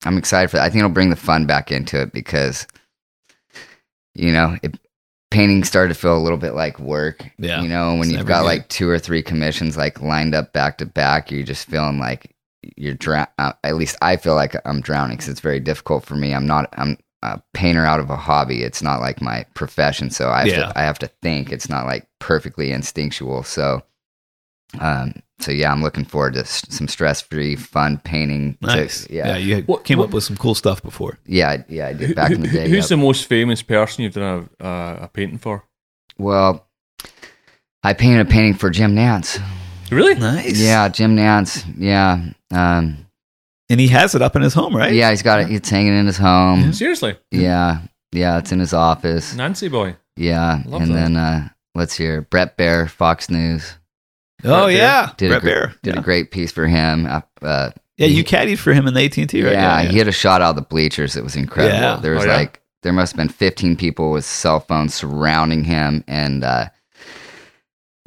C: I'm excited for that. I think it'll bring the fun back into it because, you know, it, painting started to feel a little bit like work.
B: Yeah.
C: you know, when
B: It's
C: you've
B: never
C: got
B: good.
C: like two or three commissions like lined up back to back, you're just feeling like you're drown. Uh, at least I feel like I'm drowning because it's very difficult for me. I'm not. I'm a painter out of a hobby. It's not like my profession, so I have
B: Yeah.
C: to. I have to think. It's not like perfectly instinctual. So, um, so yeah, I'm looking forward to s- some stress free, fun painting. to-
B: nice. yeah.
C: yeah,
B: You
A: What-
B: came
A: what-
B: up with some cool stuff before.
C: yeah, I- yeah. I
A: Who-
C: did back in the
A: who-
C: day.
A: who's
C: yeah.
A: the most famous person you've done a, uh, a painting for?
C: well, I painted a painting for Jim Nance.
A: Really?
B: Nice.
C: Yeah, Jim Nance. Yeah. Um,
B: And he has it up in his home, right?
C: Yeah, he's got it. It's hanging in his home.
A: Seriously,
C: Yeah. Yeah, it's in his office.
A: Nancy boy.
C: Yeah.
A: Love
C: and
A: that.
C: then uh, let's hear Brett Bear, Fox News.
A: Brett
B: Oh,
A: Bear.
B: yeah.
C: Did
B: Brett
C: a, gr-
B: Bear.
C: Did
B: yeah.
C: a great piece for him. Uh, uh,
B: yeah. You caddied for him in the AT&T, right?
C: yeah, he had a shot out of the bleachers. It was incredible.
B: Yeah.
C: There was
A: Oh, yeah?
C: like, there must have been 15 people with cell phones surrounding him. And uh,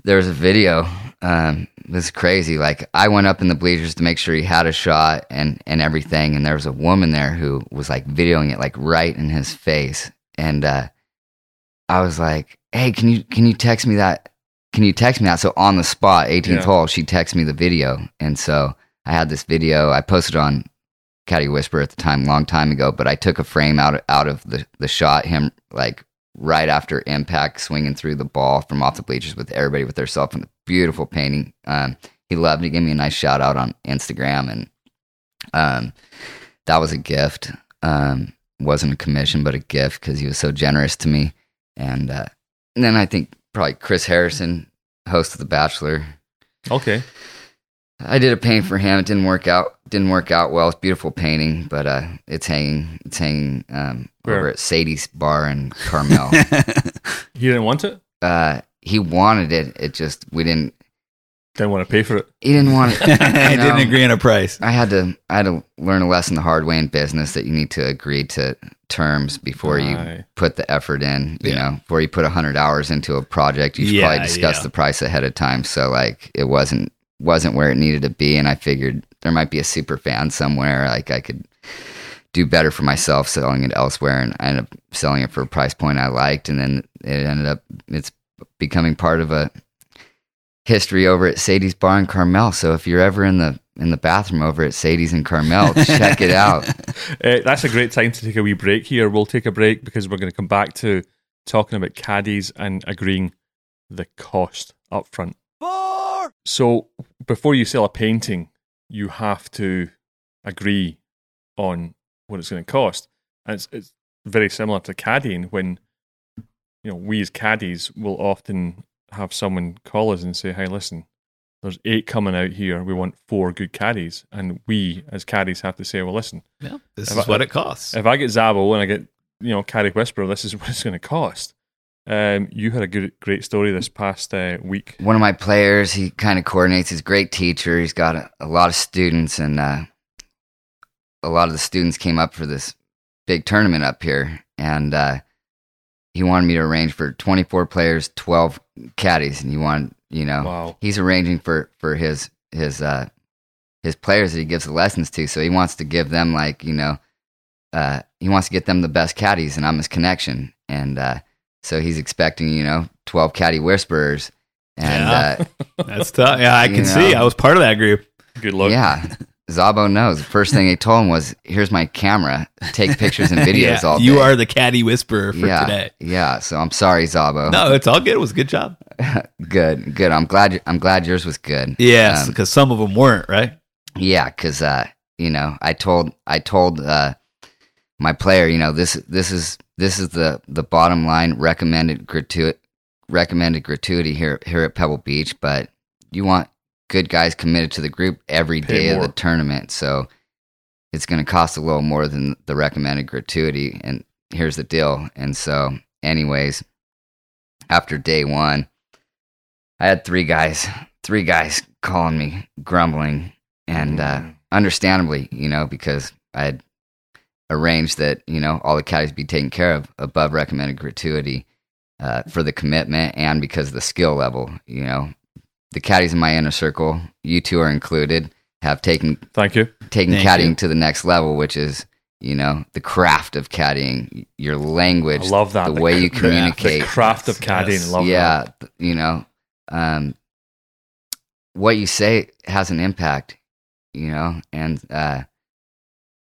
C: there was a video. Um, it was crazy. Like, I went up in the bleachers to make sure he had a shot and, and everything. And there was a woman there who was like videoing it, like right in his face. And, uh, I was like, "Hey, can you can you text me that? Can you text me that?" So on the spot, 18th
A: Yeah.
C: hole, she texted me the video, and so I had this video. I posted on Caddy Whisper at the time, long time ago, but I took a frame out out of the the shot him like right after impact, swinging through the ball from off the bleachers with everybody with their cell phone. Beautiful painting. Um, he loved it. Gave me a nice shout out on Instagram, and um, that was a gift. Um, wasn't a commission, but a gift because he was so generous to me. And, uh, and then I think probably Chris Harrison, host of The Bachelor.
A: Okay.
C: I did a painting for him. It didn't work out. Didn't work out well. It's a beautiful painting, but uh, it's hanging. It's hanging um,
A: Where?
C: over at Sadie's Bar in Carmel.
B: Yeah.
A: He didn't want it.
C: uh, he wanted it. It just we didn't.
A: Didn't want to pay for it.
C: He didn't want it.
B: I
C: you know?
B: didn't agree on a price.
C: I had to I had to learn a lesson the hard way in business that you need to agree to terms before you
A: Aye.
C: put the effort in. You
B: Yeah.
C: know, before you put hundred hours into a project, you should
B: Yeah,
C: probably discuss
B: yeah.
C: the price ahead of time. So like it wasn't wasn't where it needed to be, and I figured there might be a super fan somewhere. Like I could do better for myself selling it elsewhere, and I ended up selling it for a price point I liked, and then it ended up it's becoming part of a history over at Sadie's Bar in Carmel. So if you're ever in the in the bathroom over at Sadie's in Carmel, check it out.
A: Uh, that's a great time to take a wee break here. We'll take a break because we're going to come back to talking about caddies and agreeing the cost up front. So, before you sell a painting, you have to agree on what it's going to cost. And it's, it's very similar to caddying when, you know, we as caddies will often have someone call us and say, hey, listen, there's eight coming out here. We want four good caddies. And we as caddies have to say, well, listen,
B: Yeah, this
A: If
B: is
A: I-
B: what it costs.
A: if I get Zabo and I get you know Caddy Whisperer, this is what it's going to cost. Um, you had a good, great story this past uh, week.
C: One of my players, he kind of coordinates. He's a great teacher. He's got a, a lot of students, and uh, a lot of the students came up for this big tournament up here, and uh, he wanted me to arrange for 24 players, 12 caddies, and he wanted you know
A: Wow,
C: he's arranging for for his his uh his players that he gives the lessons to so he wants to give them like you know uh he wants to get them the best caddies and i'm his connection and uh so he's expecting you know 12 caddy whisperers and
B: Yeah.
C: uh
B: That's tough. Yeah, I
C: You
B: can see.
C: know.
B: I was part of that group.
A: good luck.
C: yeah zabo knows the first thing they told him was here's my camera take pictures and videos
B: Yeah,
C: all day
B: you are the caddy whisperer for
C: yeah Oh.
B: today.
C: yeah so i'm sorry zabo
B: No, it's all good. It was a good job.
C: good good i'm glad you- i'm glad yours was good
B: Yes,
C: Um,
B: because some of them weren't right.
C: Yeah, because uh, you know, I told I told uh, my player, you know, this this is this is the the bottom line recommended gratuit recommended gratuity here here at Pebble Beach, but you want good guys committed to the group every
A: Pay
C: day of
A: more.
C: the tournament, so it's going to cost a little more than the recommended gratuity. And here's the deal. And so, anyways, after day one, I had three guys, three guys calling me, grumbling, and
A: Mm-hmm.
C: uh, understandably, you know, because I had arranged that, you know, all the caddies be taken care of above recommended gratuity uh, for the commitment and because of the skill level, you know. The caddies in my inner circle, you two are included, have taken
A: thank you.
C: taking
B: Thank
C: caddying
B: you.
C: to the next level, which is, you know, the craft of caddying, your
A: I
C: language,
A: love that.
C: the way you
B: craft, the
C: communicate
A: the craft of caddying.
B: Yes.
A: Love
C: yeah,
A: that.
C: th- you know, um, what you say has an impact, you know, and uh,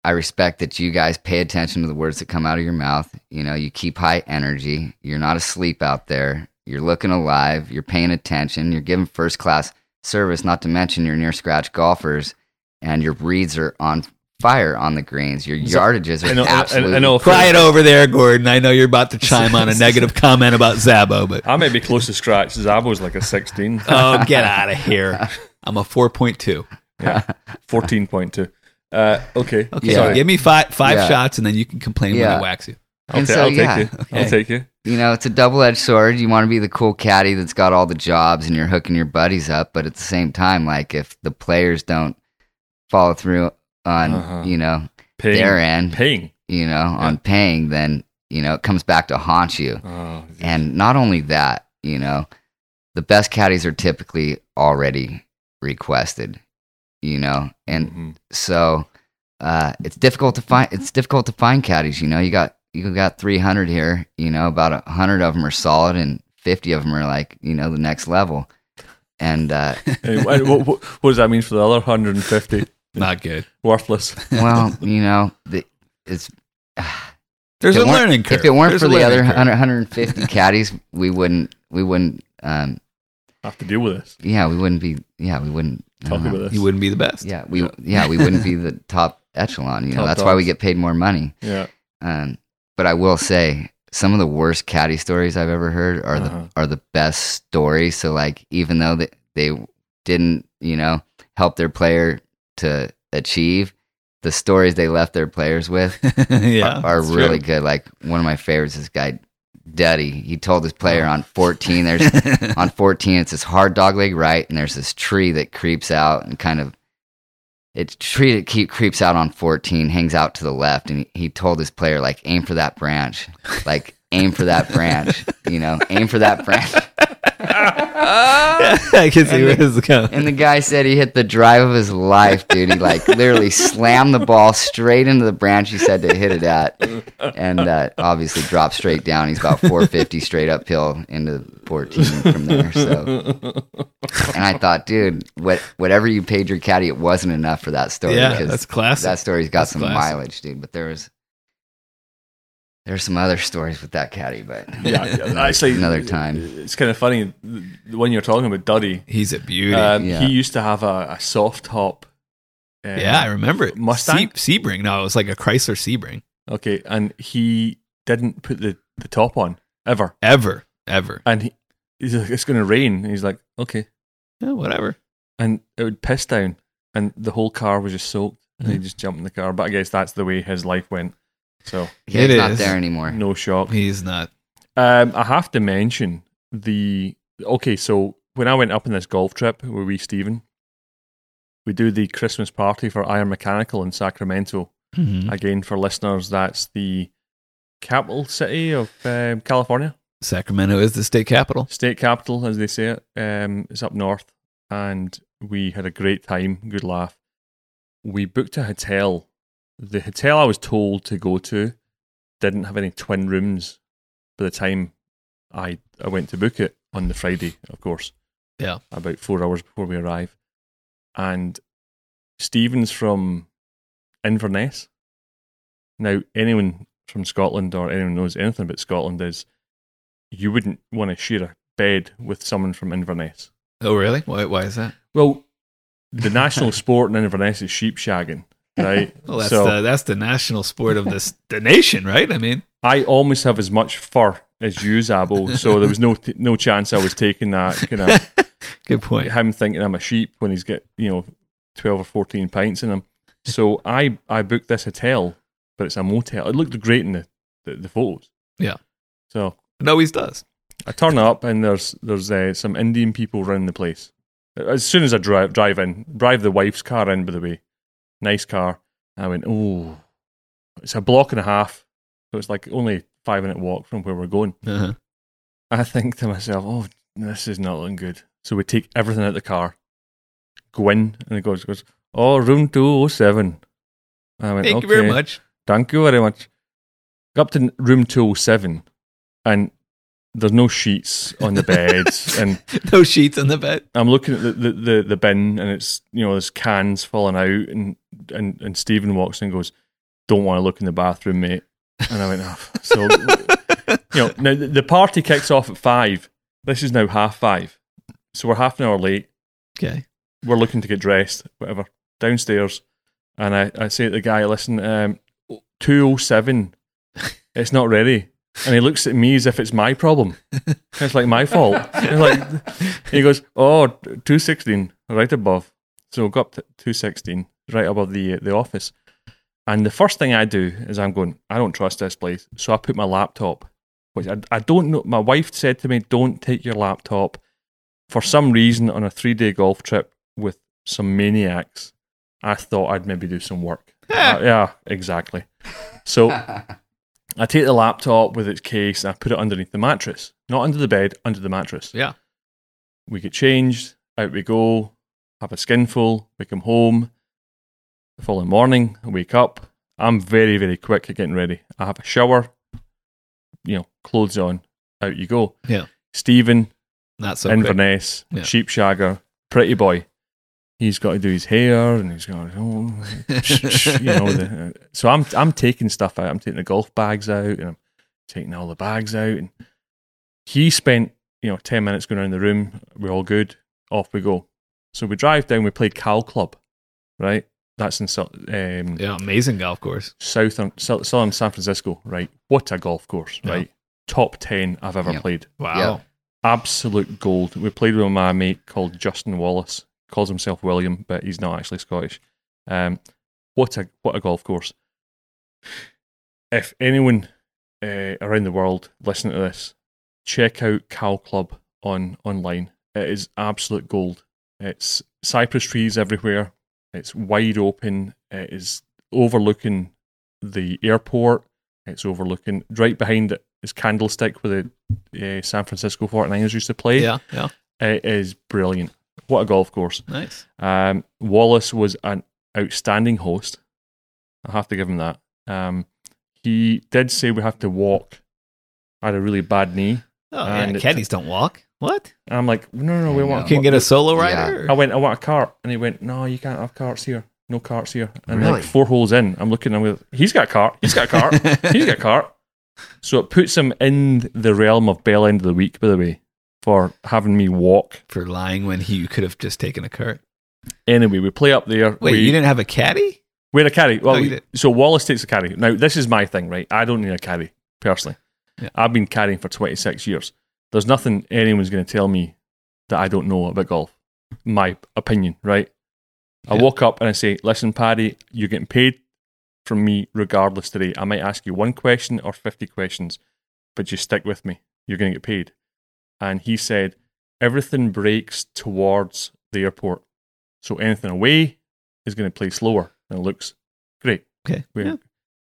C: I respect that you guys pay attention to the words that come out of your mouth. You know, you keep high energy. You're not asleep out there. You're looking alive. You're paying attention. You're giving first class service, not to mention your near scratch golfers, and your reads are on fire on the greens. Your
A: So-
C: yardages are
A: I know. I-
C: absolutely.
A: I, I know. if-
B: Quiet over there, Gordon. I know you're about to chime on a negative comment about Zabo, but
A: I may be close to scratch. Zabo's like a 16,
C: Uh.
B: oh, get out of here. I'm a 4.2.
A: 14.2. Uh, okay.
B: Okay,
C: Yeah.
A: Sorry.
B: give me five five
C: Yeah.
B: shots, and then you can complain when
C: Yeah.
B: I wax you.
A: I'll,
C: And
A: ta-
C: so,
A: I'll take
C: yeah.
A: you. I'll
B: Okay.
A: take you.
C: you know, it's a double edged sword. You want to be the cool caddy that's got all the jobs and you're hooking your buddies up, but at the same time, like if the players don't follow through on,
A: Uh-huh.
C: you know,
A: Paying.
C: their end,
A: Paying.
C: you know, on paying, then, you know, it comes back to haunt you.
A: Oh,
C: And not only that, you know, the best caddies are typically already requested, you know, and
A: mhm.
C: so uh, it's difficult to find it's difficult to find caddies you know you got you got 300 here you know about 100 of them are solid and 50 of them are like you know the next level and uh,
A: Hey, what, what, what does that mean for the other 150?
B: Not good.
A: Worthless.
C: well you know the, it's
B: There's
C: If
B: a
C: it weren't-
B: learning curve.
C: if it weren't
B: There's
C: for
B: a
C: the other
B: learning curve.
C: 100, 150 caddies we wouldn't we wouldn't um,
A: I have to deal with this.
C: yeah we wouldn't be yeah we wouldn't I
A: Talk
C: don't know.
A: about this.
B: Uh-huh. you wouldn't be the best.
C: yeah we yeah we wouldn't be the top echelon you know
A: Top
C: that's why we
A: dogs.
C: get paid more money
A: Yeah.
C: Um, but I will say some of the worst caddy stories I've ever heard are
A: Uh-huh.
C: the are the best stories. So like even though they, they didn't, you know, help their player to achieve, the stories they left their players with
B: yeah,
C: are, are
B: that's true.
C: really good. Like one of my favorites is this guy Duddy. He told his player
B: Oh.
C: on 14, there's on 14, it's this hard dog leg right, and there's this tree that creeps out and kind of it's tree that keep, creeps out on 14, hangs out to the left. And he, he told his player, like, aim for that branch, like, aim for that branch, you know, aim for that branch.
B: I can see where this is going.
C: And the guy said he hit the drive of his life, dude. He like literally slammed the ball straight into the branch he said to hit it at, and uh, obviously dropped straight down. He's about 450 straight uphill into 14 from there. So, and I thought, dude, what whatever you paid your caddy, it wasn't enough for that story.
B: yeah,
C: 'cause
B: that's classic.
C: that story's got
B: That's
C: some
B: classic.
C: mileage, dude. But there was there's some other stories with that caddy, but
A: yeah, yeah. Actually,
C: Another time.
A: It's kind of funny the one you're talking about, Duddy.
B: He's a beauty.
A: Um,
C: Yeah.
A: He used to have a, a soft top. uh,
B: yeah, I remember it.
A: Mustang?
B: Se- Sebring. No, it was like a Chrysler Sebring.
A: Okay, and he didn't put the, the top on ever,
B: Ever, ever.
A: and he, he's like, it's going to rain, and he's like, okay,
B: Yeah, whatever.
A: and it would piss down, and the whole car was just soaked, and
C: Mm-hmm.
A: he just jumped in the car. But I guess that's the way his life went. So
C: yeah,
B: It
C: it's not
B: is.
C: there anymore.
A: no shock.
B: He's not.
A: Um, I have to mention the okay. So when I went up on this golf trip with wee Stephen, we do the Christmas party for Iron Mechanical in Sacramento.
B: Mm-hmm. Mm.
A: Again, for listeners, that's the capital city of um, California,
B: Sacramento is the state capital.
A: state capital, as they say it. Um, it's up north, and we had a great time, good laugh. We booked a hotel. The hotel I was told to go to didn't have any twin rooms by the time I I went to book it on the Friday, of course.
B: Yeah.
A: About four hours before we arrive. And Stephen's from Inverness. Now, anyone from Scotland or anyone who knows anything about Scotland is you wouldn't want to share a bed with someone from Inverness.
B: Oh, really? Why, why is that?
A: Well, the national sport in Inverness is sheep shagging, right?
B: Well, that's,
A: So-
B: the, that's the national sport of this the nation, right? I mean,
A: I almost have as much fur as you, Zabo, so there was no t- no chance I was taking that. Kind of
B: good point.
A: him thinking I'm a sheep when he's got you know twelve or fourteen pints in him. So I I booked this hotel, but it's a motel. It looked great in the the, the photos.
B: Yeah.
A: So
B: It always does.
A: I turn up and there's there's uh, some Indian people around the place. As soon as I drive drive in, drive the wife's car in by the way, nice car. I went, oh, it's a block and a half, so it's like only five minute walk from where we're going.
B: Uh-huh.
A: I think to myself, oh, this is not looking good. So we take everything out of the car, go in, and it goes goes, oh, room two oh seven. I went,
B: Thank
A: okay.
B: you very much.
A: Thank you very much. Go up to n- room 207 and there's no sheets on the bed. and
B: No sheets on the bed.
A: I'm looking at the, the, the, the bin and it's, you know, there's cans falling out. And, and, and Stephen walks in and goes, Don't want to look in the bathroom, mate. And I went, oh. So, you know, now the, the party kicks off at five. This is now half five. So we're half an hour late
B: Okay.
A: we're looking to get dressed, whatever, downstairs. And I, I say to the guy, listen, um, 207, it's not ready. And he looks at me as if it's my problem. It's like my fault. It's like, he goes, oh, 216, right above. So we go up to 216, right above the, the office. And the first thing I do is I'm going, I don't trust this place. So I put my laptop, which I, I don't know. My wife said to me, don't take your laptop. For some reason, on a three day golf trip with some maniacs, I thought I'd maybe do some work. Uh, yeah, exactly. So I take the laptop with its case and I put it underneath the mattress, not under the bed, under the mattress.
B: Yeah.
A: We get changed, out we go, have a skinful, we come home. The following morning, I wake up. I'm very, very quick at getting ready. I have a shower, you know, clothes on, out you go.
B: Yeah.
A: Stephen,
B: Not so quick.
A: Inverness,
B: Yeah.
A: sheep shagger, pretty boy. He's got to do his hair and he's got, oh, you know. The, uh, so I'm I'm taking stuff out. I'm taking the golf bags out and I'm taking all the bags out. And he spent you know ten minutes going around the room. We're all good. Off we go. So we drive down. We played Cal Club, right? That's in Sou- um,
B: yeah, amazing golf course.
A: southern Sou- southern San Francisco, right? What a golf course,
B: Yeah.
A: right? Top ten I've ever
C: Yeah.
A: played
B: Wow.
C: Yeah.
A: absolute gold. We played with my mate called Justin Wallace. Calls himself William, but he's not actually Scottish. Um, what a what a golf course! If anyone uh, around the world listening to this, check out Cal Club on online. It is absolute gold. It's cypress trees everywhere. It's wide open. It is overlooking the airport. It's overlooking right behind it is Candlestick, where the uh, San Francisco 49ers used to play.
B: Yeah, yeah.
A: It is brilliant. What a golf course.
B: Nice.
A: Um, Wallace was an outstanding host. I have to give him that. Um, he did say we have to walk. I had a really bad knee.
B: Oh,
A: And Uh,
B: yeah.
A: it-
B: Caddies don't walk. What?
A: And I'm like, no, no, no, we
C: You
A: want.
B: You can't get a solo rider?
A: I went, I want a cart, and he went, no, you can't have carts here. No carts here. And
C: Really?
A: like four holes in, I'm looking. I'm with, he's got a cart. He's got a cart. he's got a cart. So it puts him in the realm of bell end of the week. By the way, for having me walk.
B: For lying when he you could have just taken a cart.
A: Anyway, we play up there.
B: Wait,
A: we,
B: you didn't have a caddy?
A: We're a caddy. Well,
B: No, you
A: we-
B: did.
A: so Wallace takes a caddy. Now, this is my thing, right? I don't need a caddy personally.
B: Yeah.
A: I've been caddying for 26 years. There's nothing anyone's going to tell me that I don't know about golf. My opinion, right? I
B: Yeah.
A: walk up and I say, "Listen, Paddy, you're getting paid from me regardless today. I might ask you one question or 50 questions, but you stick with me. You're going to get paid." And he said, "Everything breaks towards the airport, so anything away is going to play slower than it looks." Great.
B: Okay.
A: We're,
B: Yeah.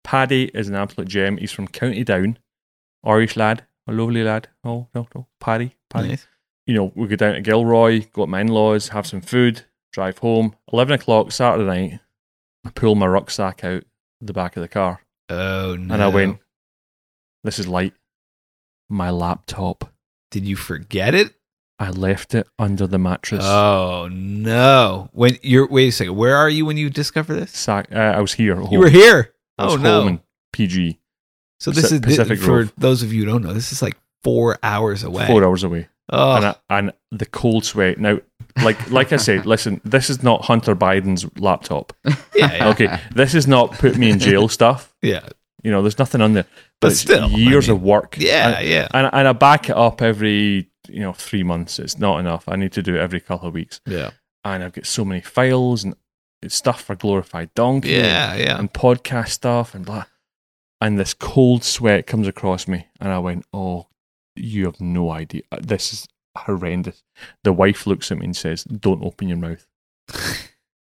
A: Paddy is an absolute gem. He's from County Down, Irish lad, a lovely lad. Oh no, no, Paddy, Paddy.
B: Nice.
A: You know, we go down to Gilroy, go up my in-laws, have some food, drive home. Eleven o'clock Saturday night, I pull my rucksack out the back of the car,
B: Oh, no.
A: and I went, "This is light." My laptop,
B: Did you forget it?
A: I left it under the mattress.
B: Oh, no. When you're, wait a second. Where are you when you discover this?
A: Sa- uh, I was here. at Home.
B: You were here.
A: I was
B: Oh, no.
A: home in PG,
B: So this
A: Pacific-
B: is
A: Pacific
B: for
A: Grove.
B: those of you who don't know. This is like four hours away.
A: four hours away.
B: Oh,
A: and, I, and the cold sweat. Now, like like I said, listen, this is not Hunter Biden's laptop.
B: yeah, yeah,
A: Okay, this is not put me in jail stuff.
B: yeah,
A: You know, there's nothing on there.
B: But
A: it's
B: still, I
A: years
B: mean,
A: of work.
B: yeah,
A: and,
B: yeah,
A: and and I back it up every you know three months. It's not enough. I need to do it every couple of weeks,
B: yeah,
A: and I've got so many files and it's stuff for glorified donkey.
B: yeah, yeah.
A: and podcast stuff and blah. And this cold sweat comes across me, and I went, "Oh, you have no idea. Uh, This is horrendous." The wife looks at me and says, "Don't open your mouth,"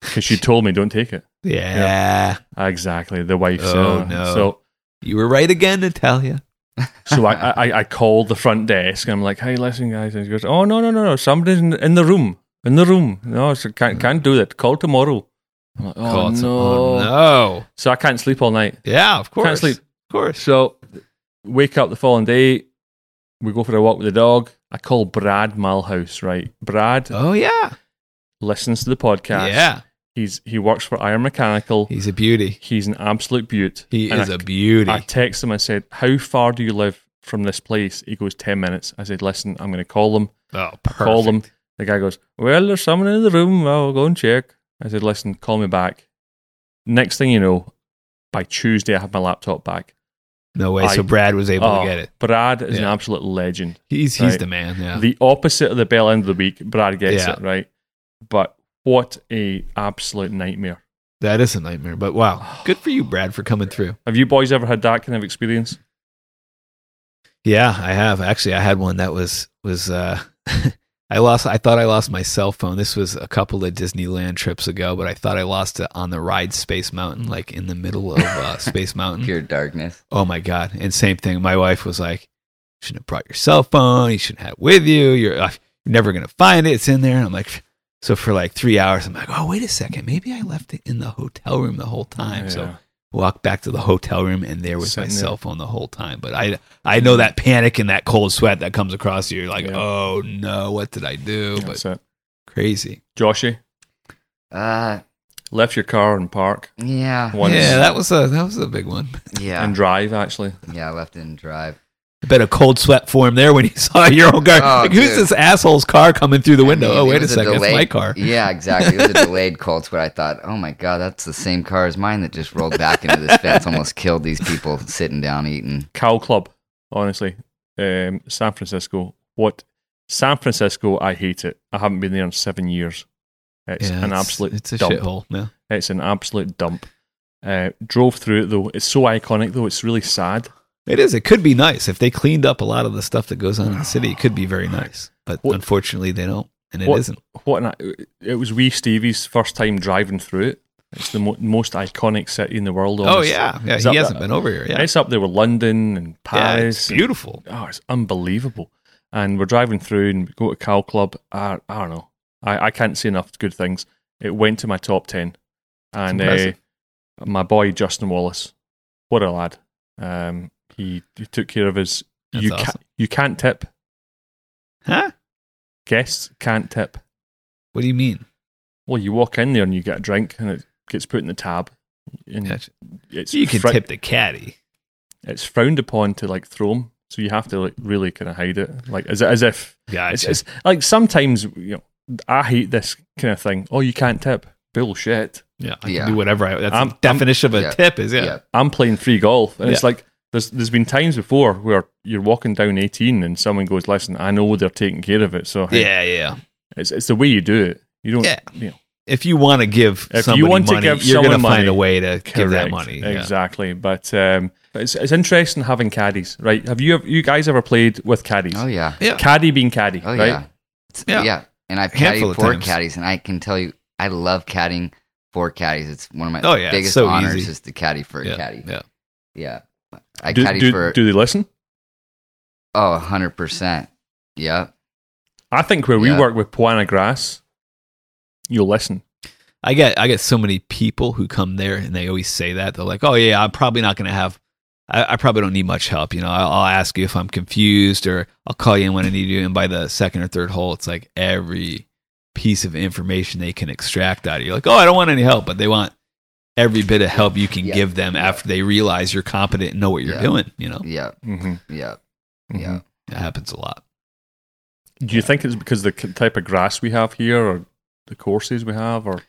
A: because she told me, "Don't take it."
B: yeah.
A: Exactly. The wife. said,
B: Oh,
A: "Uh."
B: no.
A: So,
B: You were right again, Natalia.
A: so I, I, I called the front desk, and I'm like, "Hey, listen, guys." And she goes, "Oh no, no, no, no! Somebody's in, in the room. In the room. No, so can't can't do that. Call tomorrow." I'm like, "Oh,
B: God,
A: no.
B: so- oh, no.
A: So I can't sleep all night.
B: Yeah, of course.
A: Can't sleep.
B: Of course.
A: So, wake up the following day. We go for a walk with the dog. I call Brad Malhouse. Right, Brad
B: Oh yeah,
A: listens to the podcast.
B: yeah.
A: he's he works for Iron Mechanical.
B: He's a beauty.
A: He's an absolute beaut.
B: He
A: And
B: is
A: I-
B: a beauty.
A: I text him. I said, "How far do you live from this place?" He goes, 10 minutes." I said, "Listen, I'm going to call them.
B: oh, perfect.
A: Call them." The guy goes, "Well, there's someone in the room. I'll go and check." I said, "Listen, call me back." Next thing you know, by Tuesday, I have my laptop back.
B: No way.
A: I-
B: so Brad was able
A: Oh,
B: to get it.
A: Brad is an
B: Yeah.
A: absolute legend.
B: He's he's
A: right.
B: the man. Yeah.
A: the opposite of the bell end of the week, Brad gets
B: Yeah.
A: it right. But what a absolute nightmare!
B: that is a nightmare. But wow, good for you, Brad, for coming through.
A: Have you boys ever had that kind of experience?
B: Yeah, I have. Actually, I had one that was was uh I lost I thought I lost my cell phone. This was a couple of Disneyland trips ago, but I thought I lost it on the ride Space Mountain like in the middle of uh, Space Mountain.
C: Pure darkness.
B: Oh my god. And same thing. My wife was like, "You shouldn't have brought your cell phone. You shouldn't have it with you. You're uh, you're never going to find it. It's in there." And I'm like so for like 3 hours I'm like, "Oh, wait a second. Maybe I left it in the hotel room the whole time." So
A: Yeah.
B: walked back to the hotel room and there was my
A: Sitting there.
B: cell phone the whole time but i i know that panic and that cold sweat that comes across you you're like
A: Yeah.
B: oh no what did i do but
A: that's it.
B: crazy
A: Joshy
C: Uh,
A: left your car in park
C: yeah,
A: once
B: yeah that was a that was a big one
C: yeah,
A: and drive actually.
C: yeah. I left it in drive.
B: I bet a cold sweat formed there when you saw your own car
C: Oh,
B: like, who's
C: dude.
B: this asshole's car coming through the window
C: I mean,
B: oh
C: it
B: wait a
C: was
B: second it's
C: delayed-
B: my car
C: Yeah, exactly. It was a delayed cold sweat. I thought, oh my god, that's the same car as mine that just rolled back into this fence, almost killed these people sitting down eating.
A: Cow Club, honestly, um, San Francisco. What San Francisco? I hate it. I haven't been there in seven years. It's
B: Yeah,
A: an absolute
B: it's a
A: dump.
B: shithole yeah
A: It's an absolute dump. Uh, drove through it though. It's so iconic though. It's really sad.
B: It is. It could be nice if they cleaned up a lot of the stuff that goes on in the city. It could be very nice, but
A: What-
B: unfortunately, they don't, and it
A: What-
B: not
A: What an, it was wee Stevie's first time driving through it. It's the mo- most iconic city in the world.
B: Oh
A: honestly.
B: yeah, yeah.
A: It's
B: He
A: up
B: hasn't
A: there.
B: been over here. Yeah,
A: It's up there with London and
B: yeah it's
A: Paris. and-
B: beautiful.
A: oh, it's unbelievable. And we're driving through and we go to Cal Club. I, I don't know. I, I can't say enough good things. It went to my top 10. And uh,
B: impressive.
A: my boy, Justin Wallace, what a lad. Um, he, he took care of his.
B: That's
A: you,
B: awesome.
A: can't, you can't tip.
B: Huh?
A: Guests can't tip.
B: What do you mean?
A: Well, you walk in there and you get a drink and it gets put in the tab. And
B: Gotcha.
A: it's
B: you can
A: fri-
B: tip the caddy.
A: It's frowned upon to like throw 'em, So you have to like really kind of hide it. Like as, as if It's,
B: Gotcha.
A: it's like sometimes you know I hate this kind of thing. Oh, you can't tip. Bullshit.
B: yeah, I
C: Yeah.
B: can do whatever I. That's
A: I'm-
B: the definition of a
C: yeah.
B: tip. Is yeah.
C: Yeah.
A: I'm playing free golf, and it's like there's there's been times before where you're walking down 18 and someone goes, "Listen, I know they're taking care of it, so hey,
B: Yeah, yeah.
A: it's it's the way you do it. You don't,
B: Yeah.
A: you know,
B: If you want to give
A: If you
B: somebody
A: want to
B: money,
A: give
B: you're going to
A: someone
B: find a
A: money,
B: way to give
A: correct.
B: that money. Yeah.
A: exactly. But um, it's it's interesting having caddies, right? Have you ever, you guys ever played with caddies?
C: Oh yeah.
B: Yeah.
A: Caddy being caddy,
C: Oh
A: right?
C: yeah. It's-
B: Yeah.
C: Yeah. And I've
B: Handful
C: caddied
B: of
C: for
B: times.
C: caddies, and I can tell you, I love caddying for caddies. It's one of my
B: Oh, yeah, it's
C: biggest
B: so
C: honors
B: easy.
C: is to caddy for
B: yeah,
C: a caddy.
B: yeah.
C: Yeah. I
A: do,
C: caddy
A: do,
C: for
A: do they listen?
C: oh hundred percent. Yep.
A: I think where we
C: Yeah.
A: work with Poana Grass, you'll listen.
B: I get I get so many people who come there and they always say that they're like, oh yeah, I'm probably not going to have, I, I probably don't need much help. You know, I'll, I'll ask you if I'm confused or I'll call you when I need you. And by the second or third hole, it's like every piece of information they can extract out of you. Like, oh, I don't want any help, but they want every bit of help you can
C: Yeah.
B: give them after they realize you're competent and know what you're
C: Yeah.
B: doing. You know,
C: Yep.
A: Mm-hmm.
C: Yep.
A: Yeah.
C: Yep.
B: it happens a lot.
A: Do you think it's because the c- type of grass we have here, or the courses we have, or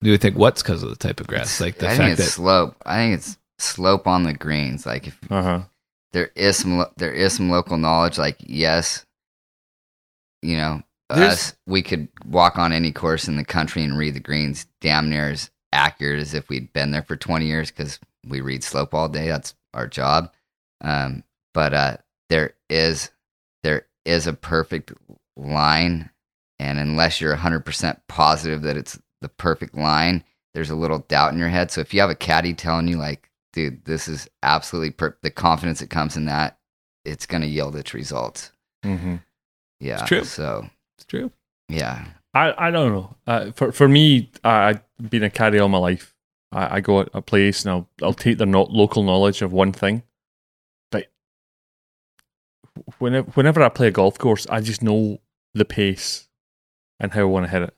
B: Do you think what's because of the type of grass? Like the
C: I think
B: fact
C: it's
B: that
C: slope. I think it's slope on the greens. Like if
A: uh
B: Uh-huh.
A: huh?
C: there is some lo- there is some local knowledge. Like yes, you know,
A: There's-
C: us we could walk on any course in the country and read the greens damn near as accurate as if we'd been there for twenty years because we read slope all day. That's our job. Um, but uh, there is there is a perfect line, and unless you're hundred percent positive that it's the perfect line, there's a little doubt in your head. So if you have a caddy telling you like dude, this is absolutely per- the confidence that comes in that, it's going to yield its results.
A: Mm-hmm.
C: Yeah.
B: It's true.
C: So,
B: it's true.
C: yeah.
A: I I don't know. Uh, for for me, I, I've been a caddy all my life. I, I go at a place and I'll I'll take their not local knowledge of one thing, but whenever whenever I play a golf course, I just know the pace and how I want to hit it.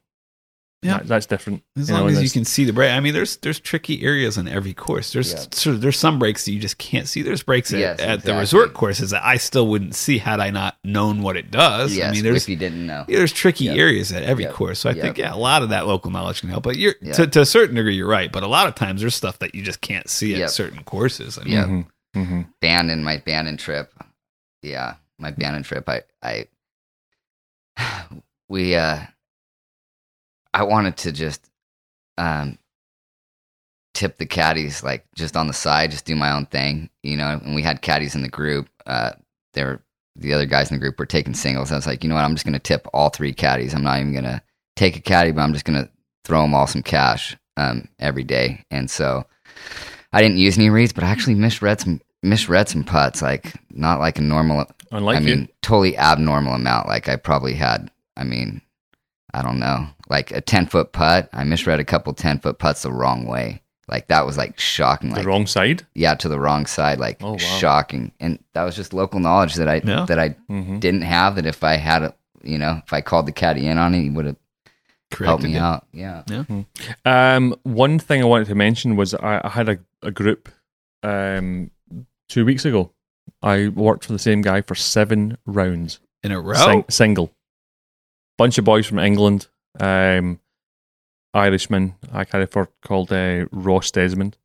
B: Yeah.
A: That- that's different.
B: As
A: You know,
B: long as you
A: that's-
B: can see the break. I mean, there's there's tricky areas on every course. There's
C: Yeah.
B: sort of- there's some breaks that you just can't see. There's breaks at,
C: Yes,
B: at the
C: exactly.
B: resort courses that I still wouldn't see had I not known what it does.
C: yes.
B: I mean, there's
C: if you didn't know.
B: yeah, there's tricky
C: Yep.
B: areas at every
C: Yep.
B: course. So I
C: Yep.
B: think yeah, a lot of that local knowledge can help. But you're
C: Yeah.
B: to, to a certain degree, you're right. But a lot of times there's stuff that you just can't see at
C: Yep.
B: certain courses. I mean,
C: Yeah.
A: Mm-hmm. Mm-hmm.
C: Band in my band and trip. Yeah. My band and trip. I, I, we, uh, I wanted to just, um, tip the caddies like just on the side, just do my own thing, you know. And we had caddies in the group. Uh, they were the other guys in the group were taking singles. I was like, you know what? I'm just gonna tip all three caddies. I'm not even gonna take a caddy, but I'm just gonna throw them all some cash um, every day. And so I didn't use any reads, but I actually misread some misread some putts, like not like a normal.
A: Unlike
C: I mean,
A: you,
C: totally abnormal amount. Like I probably had. I mean, I don't know, like a ten foot putt. I misread a couple ten foot putts the wrong way. Like that was like shocking.
A: the
C: Like
A: wrong side.
C: yeah, to the wrong side. Like
A: Oh, wow.
C: shocking. And that was just local knowledge that I
B: Yeah.
C: that I
A: Mm-hmm.
C: didn't have. That if I had a, you know, if I called the caddy in on it, he would have helped
B: corrected
C: me
B: it.
C: out. Yeah.
A: Um, one thing I wanted to mention was I, I had a, a group um, two weeks ago. I worked for the same guy for seven rounds,
B: in a row.
A: sing- single. Bunch of boys from England, um, Irishman. I carry for called uh, Ross Desmond.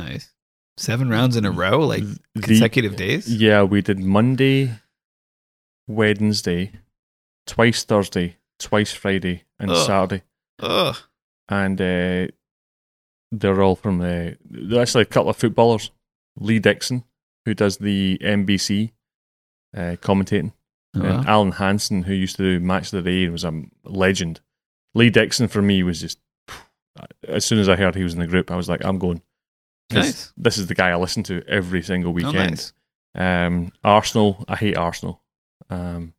B: Nice. Seven rounds in a row, like
A: Th- the-
B: consecutive days.
A: yeah, we did Monday, Wednesday, twice Thursday, twice Friday, and
B: Ugh.
A: Saturday.
B: Ugh.
A: and uh, they're all from the. They're actually a couple of footballers. Lee Dixon, who does the NBC uh, commentating,
B: Oh,
A: and
B: wow.
A: Alan Hansen, who used to do Match of the Day and was a legend. Lee Dixon for me was just as soon as I heard he was in the group, I was like, I'm going. This,
B: Nice.
A: this is the guy I listen to every single
B: Oh,
A: weekend.
B: nice.
A: Um, Arsenal, I hate Arsenal. Um,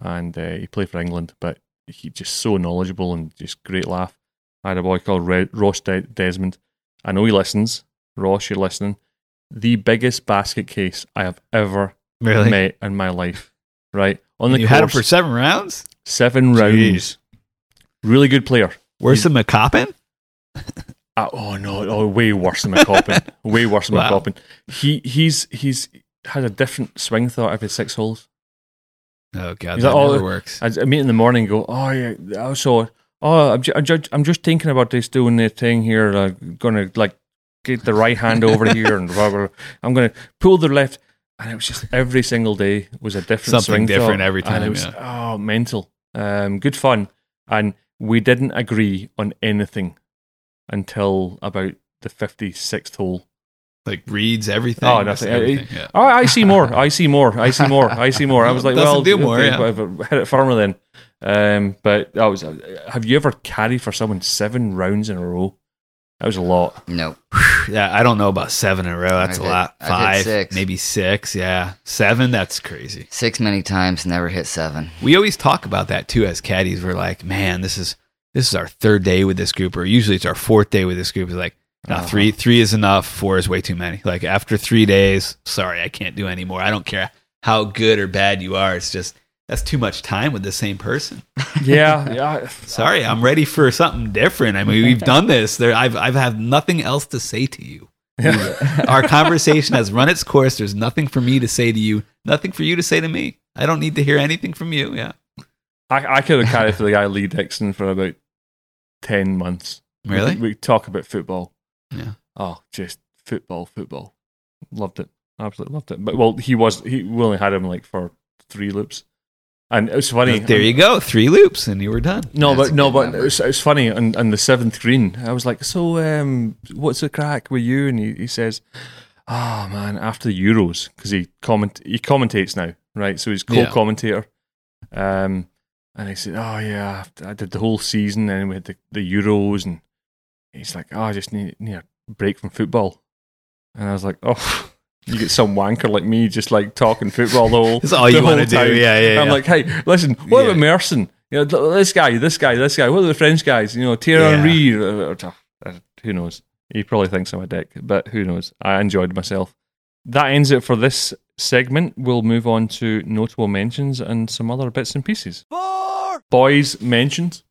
A: and uh, he played for England, but he just so knowledgeable and just great laugh. I had a boy called Red, Ross De- Desmond. I know he listens. Ross, you're listening. The biggest basket case I have ever
B: Really?
A: met in my life. Right on the
B: you
A: course,
B: had him for seven rounds?
A: seven rounds.
B: Jeez.
A: Really good player.
B: Worse than McCoppin?
A: Uh, oh no! Oh, way worse than McCoppin. way worse than
B: Wow.
A: McCoppin. He he's he's had a different swing thought every six holes.
B: Oh, God.
A: Is
B: That
A: that all-
B: never works.
A: I, I meet in the morning and go, oh, yeah, I saw it. Oh, I'm, ju- I'm, ju- I'm just thinking about this doing the thing here. I'm going to like get the right hand over here and blah, blah, blah. I'm going to pull the left. And it was just every single day was a different
B: Something
A: swing
B: different
A: thought.
B: every
A: And
B: time,
A: it was, oh, mental. Um, good fun. And we didn't agree on anything until about the 56th hole.
B: like, reads everything.
A: Oh,
B: that's
A: nothing.
B: everything. Yeah.
A: Oh, I see more. I see more. I see more. I see more. I was like,
B: Doesn't
A: well,
B: do more, yeah.
A: whatever, hit it firmer then. Um, but that was. uh, Have you ever carried for someone seven rounds in a row? That was a lot.
C: Nope.
B: Yeah, I don't know about seven in a row. That's
C: I've
B: a
C: hit-
B: lot.
C: I've hit
B: Five,
C: six.
B: maybe six. Yeah, seven. That's crazy.
C: Six many times, never hit seven.
B: We always talk about that too as caddies. We're like, man, this is this is our third day with this group, or usually it's our fourth day with this group. It's like, nah,
C: Uh-huh.
B: three three is enough. Four is way too many. Like after three days, sorry, I can't do anymore. I don't care how good or bad you are. It's just that's too much time with the same person.
A: Yeah, yeah.
B: Sorry, I'm ready for something different. I mean, we've done this. There, I've I've had nothing else to say to you. Our conversation has run its course. There's nothing for me to say to you, nothing for you to say to me. I don't need to hear anything from you. Yeah.
A: I, I could have carried for the guy Lee Dixon for about ten months. We-
B: Really?
A: We, talk about football.
B: Yeah.
A: Oh, just football, football. Loved it. Absolutely loved it. But well, he was. He we only had him like for three loops, and it was funny.
B: There you go. Three loops and you were done.
A: No,
C: That's
A: but
C: a
A: no,
C: good
A: but
C: number.
A: it's, it's funny. On, on the seventh green, I was like, "So, um, what's the crack with you?" And he, he says, "Ah, man, after the Euros, because he comment he commentates now, right? So he's
B: Yeah.
A: co-commentator." Um, and I said, "Oh yeah, I did the whole season, and we had the, the Euros, and he's like, oh, I just need, need a break from football." And I was like, "Oh, you get some wanker like me, just like talking football the whole
B: That's all
A: the
B: you want to
A: whole
B: do.
A: time.
B: Yeah, yeah.
A: I'm
B: yeah.
A: like, hey, listen, what about
B: Yeah.
A: Merson? You know, th- this guy, this guy, this guy. What are the French guys? You know, Thierry
B: Yeah.
A: Henry. or- or- or- uh, Who knows? He probably thinks I'm a dick, but who knows? I enjoyed myself. That ends it for this segment. We'll move on to notable mentions and some other bits and pieces. Boys mentioned.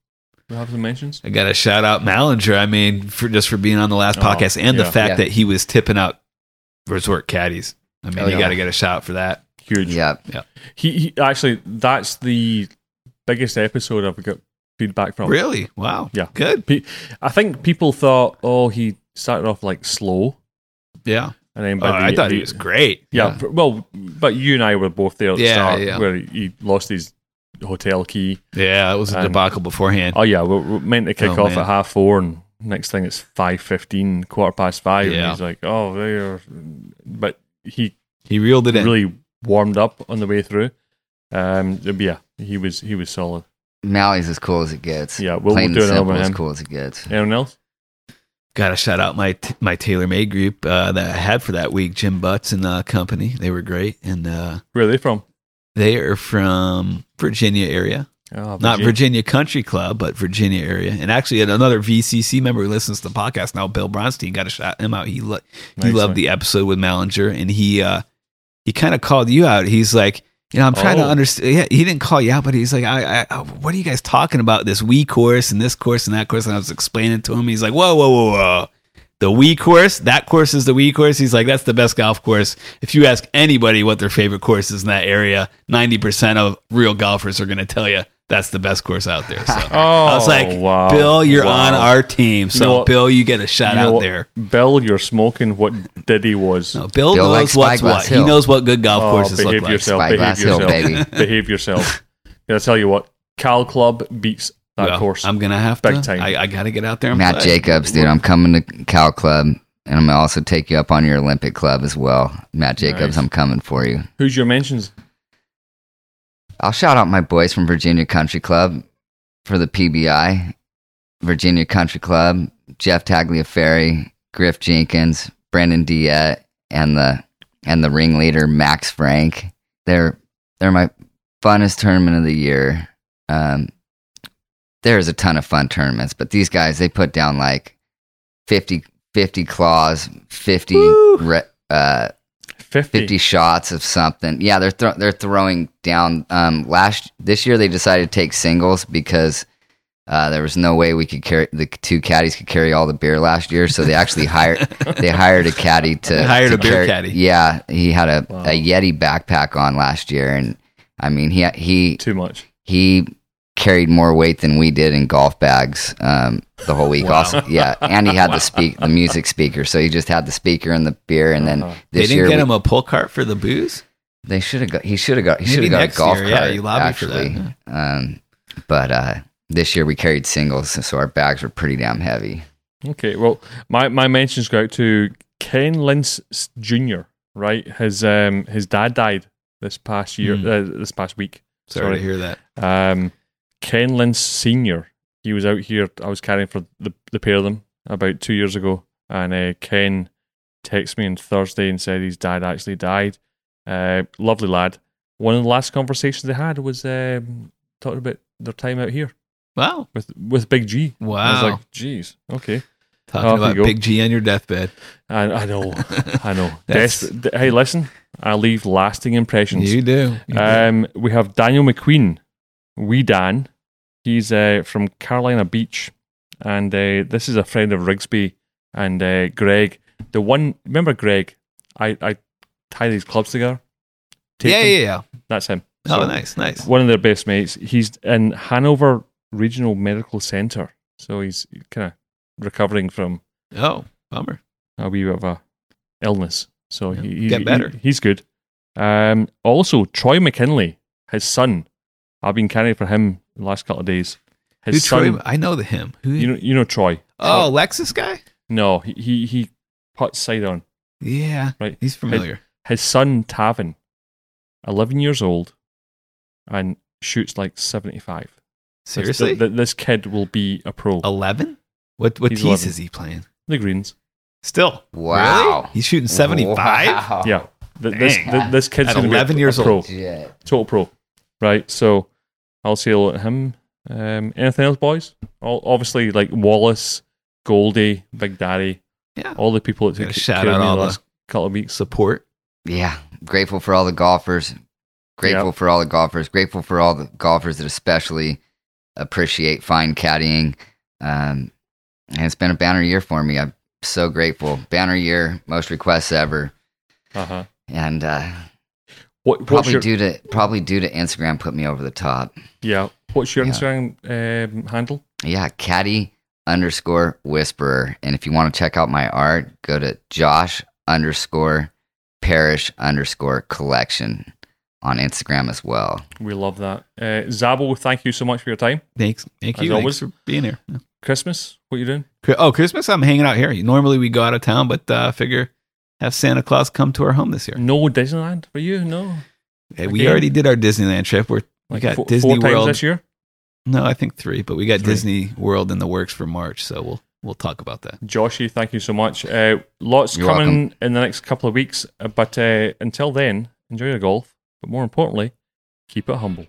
A: We have some mentions.
B: I got to shout out Malinger. I mean, for just for being on the last
A: Oh,
B: podcast and
A: yeah.
B: the fact
C: Yeah.
B: that he was tipping out resort caddies. I mean,
C: Oh,
B: you
C: yeah.
B: got to get a shout out for that.
A: Huge.
C: Yep.
A: He, he actually, that's the biggest episode I've got feedback from.
B: Really? Wow.
A: Oh. Yeah.
B: Good.
A: I think people thought, oh, he started off like slow,
B: Yeah.
A: and then
B: Oh,
A: by the,
B: I thought he
A: the-
B: was great.
A: Yeah,
C: Yeah.
A: pr- well, but you and I were both there at the
B: Yeah,
A: start
B: yeah.
A: where he lost his hotel key.
B: Yeah. It was a
A: And-
B: debacle beforehand.
A: Oh yeah, we we're meant to kick
B: Oh,
A: off
B: man.
A: at half four, and next thing it's five fifteen, quarter past five, and
B: Yeah.
A: he's like, "Oh, they are," but he
B: He reeled it in.
A: really warmed up on the way through. Um, yeah, he was he was solid.
C: Mally's as cool as it gets.
A: Yeah, we'll, we'll
C: Plain
A: do
C: and
A: another
C: simple,
A: one.
C: as
A: Him.
C: cool as it gets.
A: Anyone else?
B: Got to shout out my t- my TaylorMade group uh, that I had for that week, Jim Butts and uh, company. They were great, and uh,
A: Where are they from?
B: they are from Virginia area,
A: Oh,
B: not Virginia Country Club, but Virginia area. And actually, and another VCC member who listens to the podcast now, Bill Bronstein, got to shout him out. He lo- he
A: Nice
B: loved
A: one.
B: the episode with Malinger, and he uh, he kind of called you out. He's like, you know, I'm trying
A: Oh.
B: to understand. Yeah, he didn't call you out, but he's like, I, I, I- what are you guys talking about? This we course and this course and that course, and I was explaining to him. He's like, whoa, whoa, whoa, whoa. The we course, that course is the we course. He's like, that's the best golf course. If you ask anybody what their favorite course is in that area, ninety percent of real golfers are going to tell you that's the best course out there. So
A: Oh,
B: I was like,
A: wow.
B: Bill, you're
A: Wow.
B: on our team, so
A: You know what-
B: Bill, you get a shout
A: You know
B: out
A: what?
B: there.
A: Bill, you're smoking what Diddy was.
B: No, Bill,
C: Bill
B: knows
C: likes
B: what's
C: Spyglass
B: what. He
C: Hill.
B: knows what good golf
A: Oh,
B: courses
A: behave
B: look like.
A: yourself, behave
C: Spyglass Hill,
A: yourself,
C: baby.
A: behave yourself. Yeah, I tell you what, Cal Club beats that
B: Well,
A: course.
B: I'm gonna have
A: Big
B: to.
A: time.
B: I, I gotta get out there. and
C: Matt
B: play.
C: Jacobs, dude, I'm coming to Cal Club. And I'm gonna also take you up on your Olympic club as well, Matt Jacobs.
A: Nice.
C: I'm coming for you.
A: Who's your mentions?
C: I'll shout out my boys from Virginia Country Club for the PBI. Virginia Country Club, Jeff Tagliaferri, Griff Jenkins, Brandon Diet, and the and the ringleader Max Frank. They're they're my funnest tournament of the year. Um, there's a ton of fun tournaments, but these guys they put down like 50, 50 claws, fifty
B: Woo.
C: re, uh,
A: 50.
C: 50 shots of something. Yeah, they're thro- they're throwing down. Um, last this year they decided to take singles because uh, there was no way we could carry the two caddies could carry all the beer last year. So they actually hired they hired a caddy to
B: They hired
C: to
B: a beer
C: carry-
B: caddy.
C: Yeah, he had a,
A: Wow.
C: a Yeti backpack on last year, and I mean he he
A: Too much.
C: he carried more weight than we did in golf bags um, the whole week.
B: Wow.
C: Also, yeah, and he had the speak the music speaker, so he just had the speaker and the beer, and then
A: Uh-huh.
B: They
C: this
B: didn't
C: year
B: get
C: we-
B: him a pull cart for the booze.
C: they should have got. He should have got. He
B: Maybe
C: should have got a
B: next
C: golf
B: year,
C: cart.
B: yeah, you lobby for that,
C: actually. Um, but uh, this year we carried singles, so our bags were pretty damn heavy.
A: Okay, well, my, my mentions go out to Ken Lynch Jr., right? His um his dad died this past year, uh, this past week.
B: Sorry,
A: Sorry.
B: to hear that.
A: Um, Ken Lynch Senior. He was out here. I was carrying for the the pair of them about two years ago, and uh, Ken texted me on Thursday and said his dad actually died. Uh, lovely lad. One of the last conversations they had was um, talking about their time out here
B: Wow.
A: with with Big G. I
B: Wow.
A: was like, "Jeez, okay."
B: Talking
A: off you
B: about
A: go.
B: Big G on your deathbed.
A: I, I know, I know.
B: That's-
A: Desperate- d- hey, listen, I leave lasting impressions.
B: You do. You do.
A: Um, we have Daniel McQueen, Wee Dan. He's uh, from Carolina Beach, and uh, this is a friend of Rigsby and uh, Greg. The one, remember Greg? I, I tie these clubs together. Tape
B: yeah,
A: them.
B: yeah, yeah.
A: That's him.
B: Oh,
A: So,
B: nice, nice.
A: One of their best mates. He's in Hanover Regional Medical Center, so he's kind of recovering from
B: Oh, bummer.
A: a wee bit of a illness. So
B: Yeah.
A: he, he-
B: Get
A: he-
B: better.
A: he's good. Um, also, Troy McKinley, his son, I've been carrying for him the last couple of days. His
B: Who
A: son,
B: Troy? I know the him. Who?
A: you know, you know Troy.
B: oh, Lexus guy.
A: No, he he, he puts side on.
B: Yeah,
A: Right.
B: He's familiar.
A: His son Tavin, eleven years old, and shoots like seventy five.
B: Seriously,
A: this, th- this kid will be a pro.
B: eleven. What what
A: He's
B: tees
A: 11.
B: is he playing?
A: The greens.
B: Still,
C: Wow.
B: Really? he's shooting seventy five.
C: Wow.
A: Yeah, Th- this
B: Dang.
A: th- this kid's
B: At
A: gonna be a-
B: 11 years
A: a pro.
B: old.
C: Shit.
A: total pro, right? So I'll say hello to him. Um, anything else, boys? All, obviously, like Wallace, Goldie, Big Daddy,
B: Yeah,
A: all the people that
B: Gotta
A: took
B: shout
A: care of
B: out
A: me the
B: all
A: last
B: the
A: couple of weeks.
B: support.
C: Yeah. Grateful for all the golfers. Grateful
A: Yep.
C: for all the golfers. Grateful for all the golfers that especially appreciate fine caddying. Um, and it's been a banner year for me. I'm so grateful. Banner year, most requests ever.
A: Uh-huh.
C: And uh,
A: What, what's
C: probably
A: your,
C: due to probably due to Instagram put me over the top.
A: yeah, what's your
C: Yeah.
A: Instagram um, handle?
C: Yeah, caddy underscore whisperer. And if you want to check out my art, go to Josh underscore parish underscore collection on Instagram as well.
A: We love that. Uh, Zabo, thank you so much for your time.
B: Thanks, thank
A: As
B: you.
A: always.
B: Thanks for being here. Yeah.
A: Christmas, what you doing?
B: Cri- Oh, Christmas, I'm hanging out here. Normally we go out of town, but uh, figure have Santa Claus come to our home this year.
A: No Disneyland for you? No,
B: Hey, we
A: Again?
B: already did our Disneyland trip. We're we got
A: fo-
B: Disney
A: four times
B: World.
A: this year.
B: no, I think three, but we got
A: Three.
B: Disney World in the works for March, so we'll we'll talk about that.
A: Joshy, thank you so much. Uh, lots
C: You're
A: coming in the next couple of weeks, uh, but uh, until then, enjoy your golf, but more importantly, keep it humble.